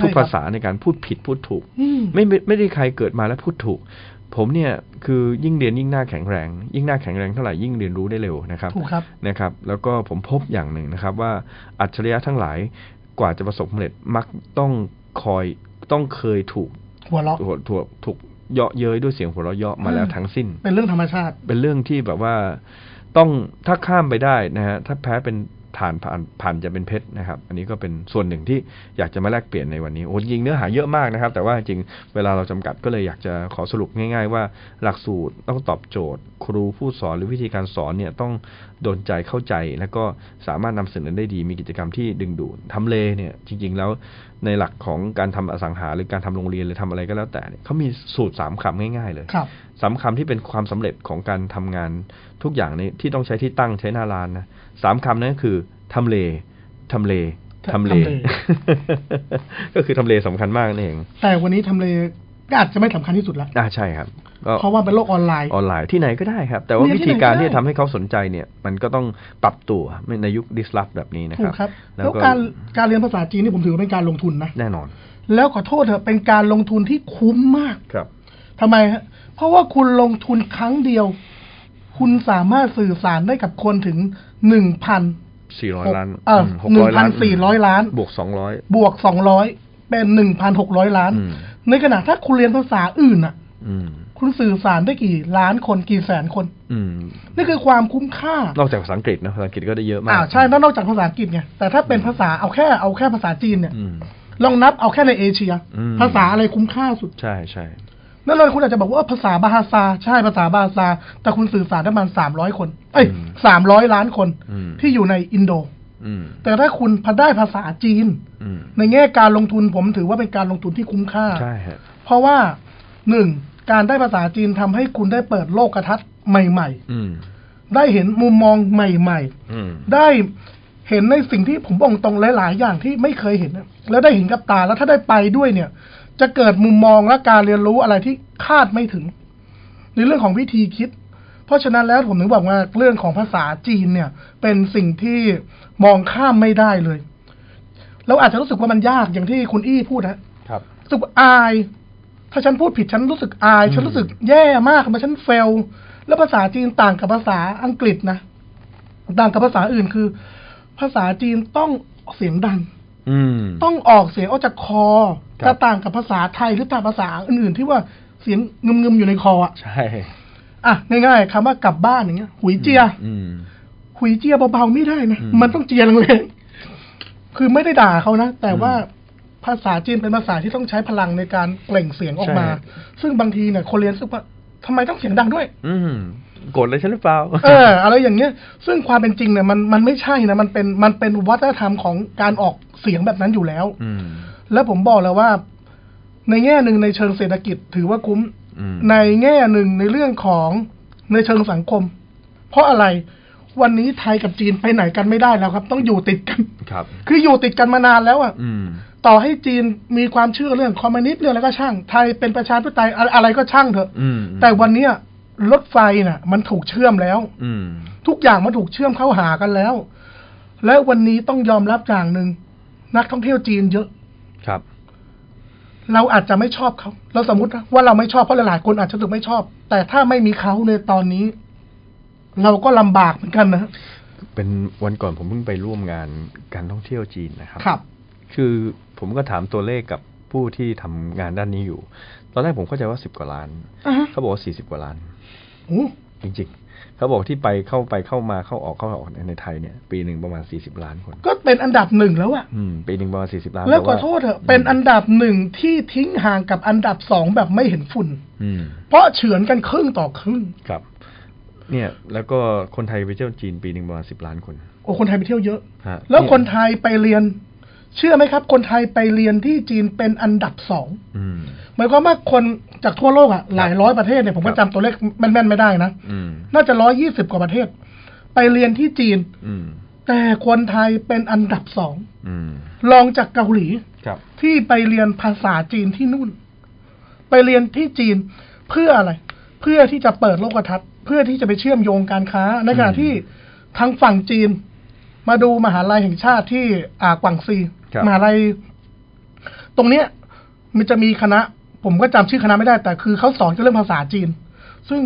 S3: ทุกภาษาในการพูดผิดพูดถูก
S2: อืม
S3: ไม่ไม่ไม่ได้ใครเกิดมาแล้วพูดถูก ผมเนี่ยคือยิ่งเรียนยิ่งหน้าแข็งแรง ยิ่งหน้าแข็งแรงเท่าไหร่ยิ่งเรียนรู้ได้เร็วนะครับ
S2: ถูกครับ
S3: นะครับ แล้วก็ผมพบอย่างหนึ่งนะครับ ว่าอัจฉริยะทั้งหลายกว่าจะประสบความสำเร็จมักต้องคอยต้องเคยถูก
S2: หัวเราะ
S3: ถูกถูกถูกเยาะเย้ยด้วยเสียงหัวเราะเยาะมาแล้ว
S2: อืม
S3: ทั้งสิ้น
S2: เป็นเรื่องธรรมชาติ
S3: เป็นเรื่องที่แบบว่าต้องถ้าข้ามไปได้นะฮะถ้าแพ้เป็นฐานผ่านผ่านจะเป็นเพชรนะครับ อันนี้ก็เป็นส่วนหนึ่งที่อยากจะมาแลกเปลี่ยนในวันนี้โอ้จริงเนื้อหาเยอะมากนะครับ แต่ว่าจริงเวลาเราจำกัดก็เลยอยากจะขอสรุปง่าย ๆ ว่าหลักสูตรต้องตอบโจทย์ ครูผู้สอนหรือวิธีการสอนเนี่ยต้องโดนใจเข้าใจ แล้วก็สามารถนำเสนอได้ดีมีกิจกรรมที่ดึงดูดทำเลเนี่ยจริง ๆ แล้วในหลักของการทำอสังหาหรือการทำโรงเรียนหรือทำอะไรก็แล้วแต่เนี่ยเขามีสูตรสามคำง่ายๆเลย
S2: ครับ
S3: สามคำที่เป็นความสำเร็จของการทำงานทุกอย่างในที่ต้องใช้ที่ตั้งใช้หน้าร้านนะสามคำนั้นก็คือทำเลทำเลทำเล
S2: ทำเล
S3: ก็คือทำเลสำคัญมากนั่นเอง
S2: แต่วันนี้ทำเลก็อาจจะไม่สำคัญที่สุดละ
S3: อ่าใช่ครับก็
S2: เพราะว่าเป็นโลกออนไลน์
S3: ออนไลน์ที่ไหนก็ได้ครับ แต่ว่า
S2: เรียน
S3: วิ
S2: ที่
S3: ธี
S2: ไหน
S3: การ
S2: ก็ได้
S3: ที่จะทำให้เขาสนใจเนี่ยมันก็ต้องปรับตัวในยุค disrupt แบบนี้นะ
S2: ถู
S3: ครั
S2: ก
S3: บ
S2: ครับ แล้วการการเรียนภาษาจีนนี่ผมถือว่าเป็นการลงทุนนะ
S3: แน่นอน
S2: แล้วขอโทษเถอะเป็นการลงทุนที่คุ้มมาก
S3: ครับ
S2: ทำไมฮะเพราะว่าคุณลงทุนครั้งเดียว คุณสามารถสื่อสารได้กับคนถึงหนึ่งพัน
S3: สี่ร้อยล้าน
S2: เอ่อ
S3: หกร้อยล้าน
S2: 1,400ล้าน
S3: บวกสองร้อย
S2: บวกสองร้อยเป็นหนึ่งพันหกร้อยล้าน
S3: อืม
S2: ในขณะถ้าคุณเรียนภาษาอื่นอ่ะ
S3: อืม
S2: คุณสื่อสารได้กี่ล้านคนกี่แสนคน
S3: อืม
S2: นี่คือความคุ้มค่าน
S3: อกจากภาษาอังกฤษนะภาษาอังกฤษก็ได้เยอะมาก
S2: อ่าใช่แล้วนอกจากภาษาอังกฤษไงแต่ถ้าเป็นภาษาเอาแค่เอาแค่ภาษาจีนเนี่ย
S3: อืม
S2: ลองนับเอาแค่ในเอเชีย
S3: อืม
S2: ภาษาอะไรคุ้มค่าสุด
S3: ใช่ใช่
S2: นั่นเลยคุณอาจจะบอกว่าเอ้อภาษาบาฮาซา ใช่ภาษาบาฮาซา แต่คุณสื่อสารได้ประมาณสามร้อยคน เอ้ย
S3: อืม
S2: สามร้อยล้านคน
S3: อืม
S2: ที่อยู่ในอินโด
S3: อืม
S2: แต่ถ้าคุณพอได้ภาษาจีน
S3: อืม
S2: ในแง่การลงทุนผมถือว่าเป็นการลงทุนที่คุ้มค่า
S3: ใช่ฮะ
S2: เพราะว่าหนึ่งการได้ภาษาจีนทำให้คุณได้เปิดโลกกระทัดใหม่
S3: อืม
S2: ๆ ได้เห็นมุมมองใหม่
S3: อืม
S2: ๆ ได้เห็นในสิ่งที่ผมบอกตรงหลาย ๆ อย่างที่ไม่เคยเห็นน่ะแล้วได้เห็นกับตาแล้วถ้าได้ไปด้วยเนี่ย จะเกิดมุมมองและการเรียนรู้อะไรที่คาดไม่ถึง ในเรื่องของวิธีคิด เพราะฉะนั้นแล้วผมถึงบอกว่าเรื่องของภาษาจีนเนี่ย เป็นสิ่งที่มองข้ามไม่ได้เลยเราอาจจะรู้สึกว่ามันยากอย่างที่คุณอี้พูดนะ
S3: ครับ
S2: รู้สึกอาย ถ้าฉันพูดผิดฉันรู้สึกอาย
S3: อืม
S2: ฉันรู้สึกแย่มากทำไมฉันเฟล แล้วภาษาจีนต่างกับภาษาอังกฤษนะ ต่างกับภาษาอื่นคือ ภาษาจีนต้องเสียงดัง
S3: อืม
S2: ต้องออกเสียงออกจากคอ
S3: ครับ
S2: จะต่างกับภาษาไทยหรือต่างภาษาอื่นๆ ที่ว่าเสียงงึมๆอยู่ในคออะ
S3: ใช่
S2: อ่ะง่ายๆคำว่ากลับบ้านอย่างเงี้ย หุยเจีย
S3: อืม
S2: คุยเจียเบาๆไม่ได้นะ
S3: อืม
S2: มันต้องเจียแรงๆคือไม่ได้ด่าเขานะ แต่ว่าภาษาจีนเป็นภาษาที่ต้องใช้พลังในการเปล่งเสียงออกมา
S3: ใช่
S2: ซึ่งบางทีเนี่ยคนเรียนรู้สึกว่าทำไมต้องเสียงดังด้วย
S3: อืมโกรธเลยฉันหรือเปล่า
S2: เออ อะไรอย่างเงี้ย ซึ่งความเป็นจริงเนี่ยมันมันไม่ใช่นะ มันเป็นมันเป็นวัฒนธรรมของการออกเสียงแบบนั้นอยู่แล้ว
S3: อืม
S2: แล้วผมบอกแล้วว่า ในแง่หนึ่งในเชิงเศรษฐกิจถือว่าคุ้ม
S3: อืม
S2: ในแง่หนึ่งในเรื่องของในเชิงสังคม เพราะอะไรวันนี้ไทยกับจีนไปไหนกันไม่ได้แล้วครับ ต้องอยู่ติดกัน
S3: ครับ
S2: คืออยู่ติดกันมานานแล้วอะ
S3: อืม
S2: ต่อให้จีนมีความเชื่อเรื่องคอมมิวนิสต์เรื่องอะไรก็ช่าง ไทยเป็นประชาธิปไตยอะอะไรก็ช่างเถอะ
S3: อืม
S2: แต่วันเนี้ยรถไฟน่ะ มันถูกเชื่อมแล้ว
S3: อืม
S2: ทุกอย่างมันถูกเชื่อมเข้าหากันแล้ว และวันนี้ต้องยอมรับอย่างหนึ่งนักท่องเที่ยวจีนเยอะ
S3: ครับ
S2: เราอาจจะไม่ชอบเขา เราสมมติว่าเราไม่ชอบเพราะหลายๆคนอาจจะรู้สึกไม่ชอบ แต่ถ้าไม่มีเขาในตอนนี้ เราก็ลำบากเหมือนกันนะ
S3: เป็นวันก่อนผมเพิ่งไปร่วมงานการท่องเที่ยวจีนนะครับ
S2: ครับ
S3: คือผมก็ถามตัวเลขกับผู้ที่ทำงานด้านนี้อยู่ ตอนแรกผมเข้าใจว่าสิบกว่าล้าน
S2: อ่ะฮะ
S3: เขาบอกว่าสี่สิบกว่าล้าน
S2: โอ้
S3: จริงๆ เขาบอกที่ไปเข้าไปเข้ามาเข้าออกเข้าออกในในไทยเนี่ย ปีหนึ่งประมาณสี่สิบล้านคน
S2: ก็เป็นอันดับหนึ่งแล้วอะ
S3: อืม ปีหนึ่งประมาณสี่สิบล้าน
S2: แล้ว
S3: ต่
S2: ขอโทษเถอะ เป็นอันดับหนึ่งที่ทิ้งห่างกับอันดับสองแบบไม่เห็นฝุ่น
S3: อืม
S2: เพราะเฉือนกันครึ่งต่อครึ่ง
S3: ครับ เนี่ยแล้วก็คนไทยไปเที่ยวจีนปีหนึ่งประมาณสิบล้านคน
S2: โอ้คนไทยไปเที่ยวเยอะ
S3: ฮะ
S2: แล้วคนไทยไปเรียน เชื่อไหมครับ คนไทยไปเรียนที่จีนเป็นอันดับสอง
S3: อืม
S2: หมายความว่าคนจากทั่วโลกอ่ะหลายร้อยประเทศเนี่ยผมก็
S3: ครั
S2: จำ
S3: บ
S2: ตัวเลขแม่นๆไม่ได้นะ
S3: อืม
S2: น่าจะร้อยยี่สิบกว่าประเทศ ไปเรียนที่จีน
S3: อืม
S2: แต่คนไทยเป็นอันดับสอง
S3: อืม
S2: รองจากเกาหลี
S3: ครับ
S2: ที่ไปเรียนภาษาจีนที่นู่น ไปเรียนที่จีนเพื่ออะไร เพื่อที่จะเปิดโลกทัศน์ เพื่อที่จะไปเชื่อมโยงการค้า ในขณะ
S3: อืม
S2: ที่ทางฝั่งจีน มาดูมหาลัยแห่งชาติที่อ่ากวางซี
S3: ครับ
S2: มหาลัย ตรงเนี้ย มันจะมีคณะ ผมก็จำชื่อคณะไม่ได้ แต่คือเขาสอนเรื่องภาษาจีน ซึ่ง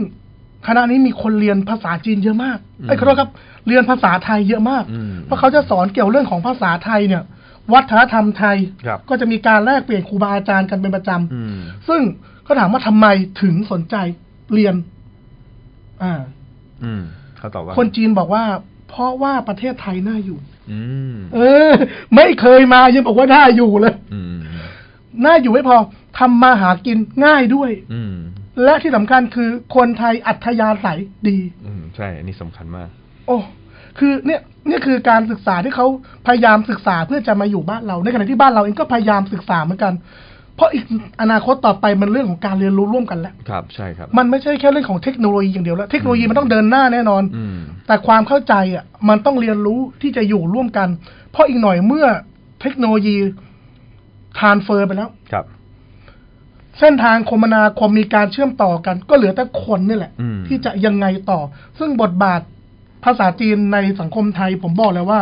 S2: คณะนี้มีคนเรียนภาษาจีนเยอะมากไอ้ยขอโทษครับ เรียนภาษาไทยเยอะมาก
S3: อืม
S2: เพราะเขาจะสอนเกี่ยวเรื่องของภาษาไทยเนี่ย วัฒนธรรมไทย
S3: ครับ
S2: ก็จะมีการแลกเปลี่ยนครูบาอาจารย์กันเป็นประจ
S3: อืม
S2: ำ ซึ่งก็ถามว่าทำไมถึงสนใจเรียน อ่า
S3: อืมเขาตอบว่า
S2: คนจีนบอกว่า เพราะว่าประเทศไทยน่าอยู่
S3: อืม
S2: เออ ไม่เคยมายังบอกว่าน่าอยู่เลย
S3: อืม
S2: น่าอยู่ไม่พอทำมาหากินง่ายด้วย
S3: อืม
S2: และที่สำคัญคือคนไทยอัธยาศัยดี
S3: อืมใช่ อันนี้สำคัญมาก
S2: โอ้ คือเนี่ยเนี่ยคือการศึกษาที่เขาพยายามศึกษาเพื่อจะมาอยู่บ้านเรา ในขณะที่บ้านเราเองก็พยายามศึกษาเหมือนกัน เพราะอีกอนาคตต่อไปมันเรื่องของการเรียนรู้ร่วมกันแล้ว
S3: ครับ ใช่ครับ
S2: มันไม่ใช่แค่เรื่องของเทคโนโลยีอย่างเดียวแล้ว เทคโนโลยีมันต้องเดินหน้าแน่นอน
S3: อืม
S2: แต่ความเข้าใจอ่ะมันต้องเรียนรู้ที่จะอยู่ร่วมกัน เพราะอีกหน่อยเมื่อเทคโนโลยีทานเฟอร์ไปแล้ว
S3: ครับ
S2: เส้นทางคมนาคมมีการเชื่อมต่อกัน ก็เหลือแต่คนนี่แหละ
S3: อืม
S2: ที่จะยังไงต่อ ซึ่งบทบาทภาษาจีนในสังคมไทย ผมบอกแล้วว่า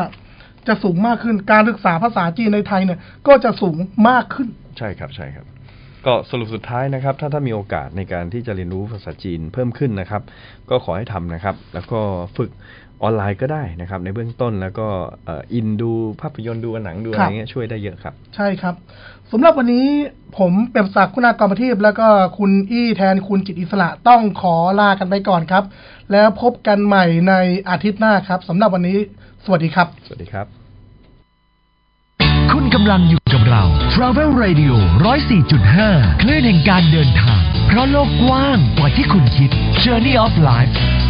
S2: จะสูงมากขึ้นการศึกษาภาษาจีนในไทยเนี่ย ก็จะสูงมากขึ้น
S3: ใช่ครับ ใช่ครับ ก็สรุปสุดท้ายนะครับ ถ้าถ้ามีโอกาสในการที่จะเรียนรู้ภาษาจีนเพิ่มขึ้นนะครับ ก็ขอให้ทำนะครับ แล้วก็ฝึกออนไลน์ก็ได้นะครับ ในเบื้องต้นแล้วก็เอ่ออินดูภาพยนตร์ดูหนังดูอะไร
S2: ครับ
S3: เงี้ยช่วยได้เยอะครับ
S2: ใช่ครับสำหรับวันนี้ผมเปรมศักดิ์คุณากรประทีปแล้วก็คุณอี้แทนคุณจิตอิสระต้องขอลากันไปก่อนครับ แล้วพบกันใหม่ในอาทิตย์หน้าครับสำหรับวันนี้ สวัสดีครับ
S3: สวัสดีครับ
S1: คุณกำลังอยู่กับเรา Travel Radio 104.5 คลื่นแห่งการเดินทาง เพราะโลกกว้างกว่าที่คุณคิด Journey of Life